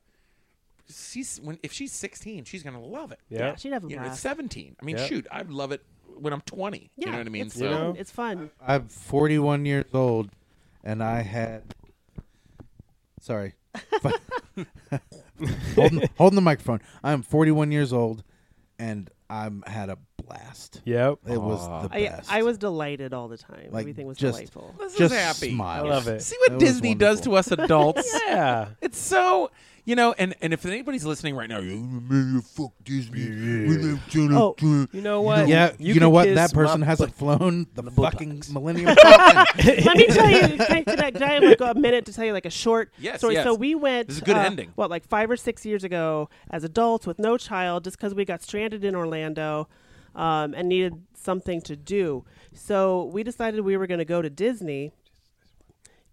Speaker 1: she's when if she's 16, she's gonna love it.
Speaker 2: Yeah.
Speaker 3: Yeah, she'd have a
Speaker 1: You know, it's
Speaker 3: blast.
Speaker 1: 17. I mean,
Speaker 2: Yeah.
Speaker 1: shoot, I love it when I'm 20.
Speaker 3: Yeah,
Speaker 1: you know what I mean?
Speaker 3: It's
Speaker 1: So
Speaker 3: fun.
Speaker 2: know?
Speaker 3: It's fun.
Speaker 4: I'm 41 years old, and I had. Sorry. holding, holding the microphone. I'm 41 years old, and I'm had a blast.
Speaker 2: Yep.
Speaker 4: It was the
Speaker 3: I,
Speaker 4: best.
Speaker 3: I was delighted all the time.
Speaker 4: Like,
Speaker 3: Everything was
Speaker 4: just-
Speaker 3: delightful.
Speaker 1: This
Speaker 4: just
Speaker 1: is happy.
Speaker 4: Smile.
Speaker 2: I love it.
Speaker 1: See
Speaker 4: That
Speaker 1: what
Speaker 4: was
Speaker 1: Disney does to us adults.
Speaker 2: Yeah.
Speaker 1: It's so you know, and and if anybody's listening right now, you you fuck Disney. We live to the-
Speaker 3: Oh,
Speaker 1: to-
Speaker 2: You know what?
Speaker 4: Yeah, you, know
Speaker 2: can
Speaker 4: what?
Speaker 2: kiss
Speaker 4: That
Speaker 2: my
Speaker 4: person hasn't
Speaker 2: butt.
Speaker 4: flown the
Speaker 2: butt
Speaker 4: fucking Millennium Falcon.
Speaker 3: Let me tell you, can I, can I, can I go a minute to tell you like a short
Speaker 1: Yes,
Speaker 3: story?
Speaker 1: yes.
Speaker 3: So we went.
Speaker 1: This is a good
Speaker 3: uh,
Speaker 1: ending.
Speaker 3: What, like five or six years ago, as adults with no child, just because we got stranded in Orlando um, and needed something to do. So we decided we were going to go to Disney.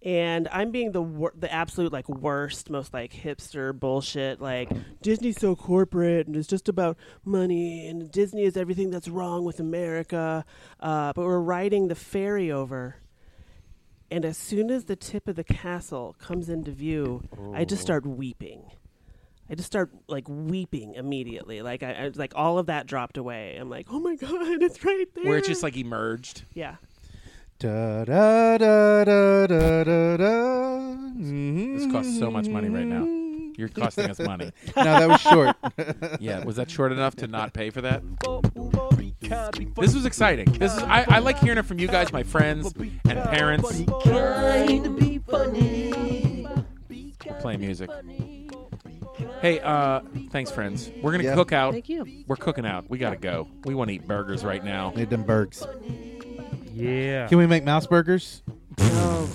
Speaker 3: And I'm being the wor- the absolute like worst, most like hipster bullshit. Like Disney's so corporate, and it's just about money, and Disney is everything that's wrong with America. Uh, but we're riding the ferry over, and as soon as the tip of the castle comes into view, I just
Speaker 1: Oh.
Speaker 3: start weeping. I just start like weeping immediately. Like I, I like all of that dropped away. I'm like, oh my god, it's right there.
Speaker 1: Where it just like emerged.
Speaker 3: yeah.
Speaker 4: da, da, da, da, da, da, da. Mhm.
Speaker 1: This costs so much money right now. You're costing us money.
Speaker 4: Mm-hmm. No, that was short.
Speaker 1: Yeah, was that short enough to not pay for that? This was exciting. This is I, I like hearing it from you guys, my friends and parents. Play music. Hey, uh, thanks, friends. We're gonna
Speaker 4: Yeah.
Speaker 1: cook out.
Speaker 3: Thank you.
Speaker 1: We're cooking out. We gotta go. We want to eat burgers right now.
Speaker 4: Made them burgers.
Speaker 2: Yeah.
Speaker 4: Can we make mouse burgers?
Speaker 1: I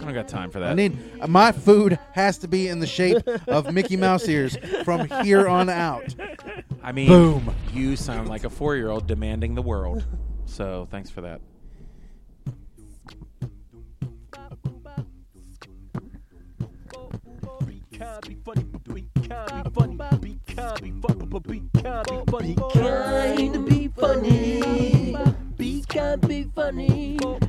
Speaker 1: don't got time for
Speaker 4: I
Speaker 1: that.
Speaker 4: need my food has to be in the shape of Mickey Mouse ears from here on out.
Speaker 1: I mean,
Speaker 4: Boom.
Speaker 1: You sound like a four-year-old demanding the world. So thanks for that.
Speaker 7: Be kind, be funny.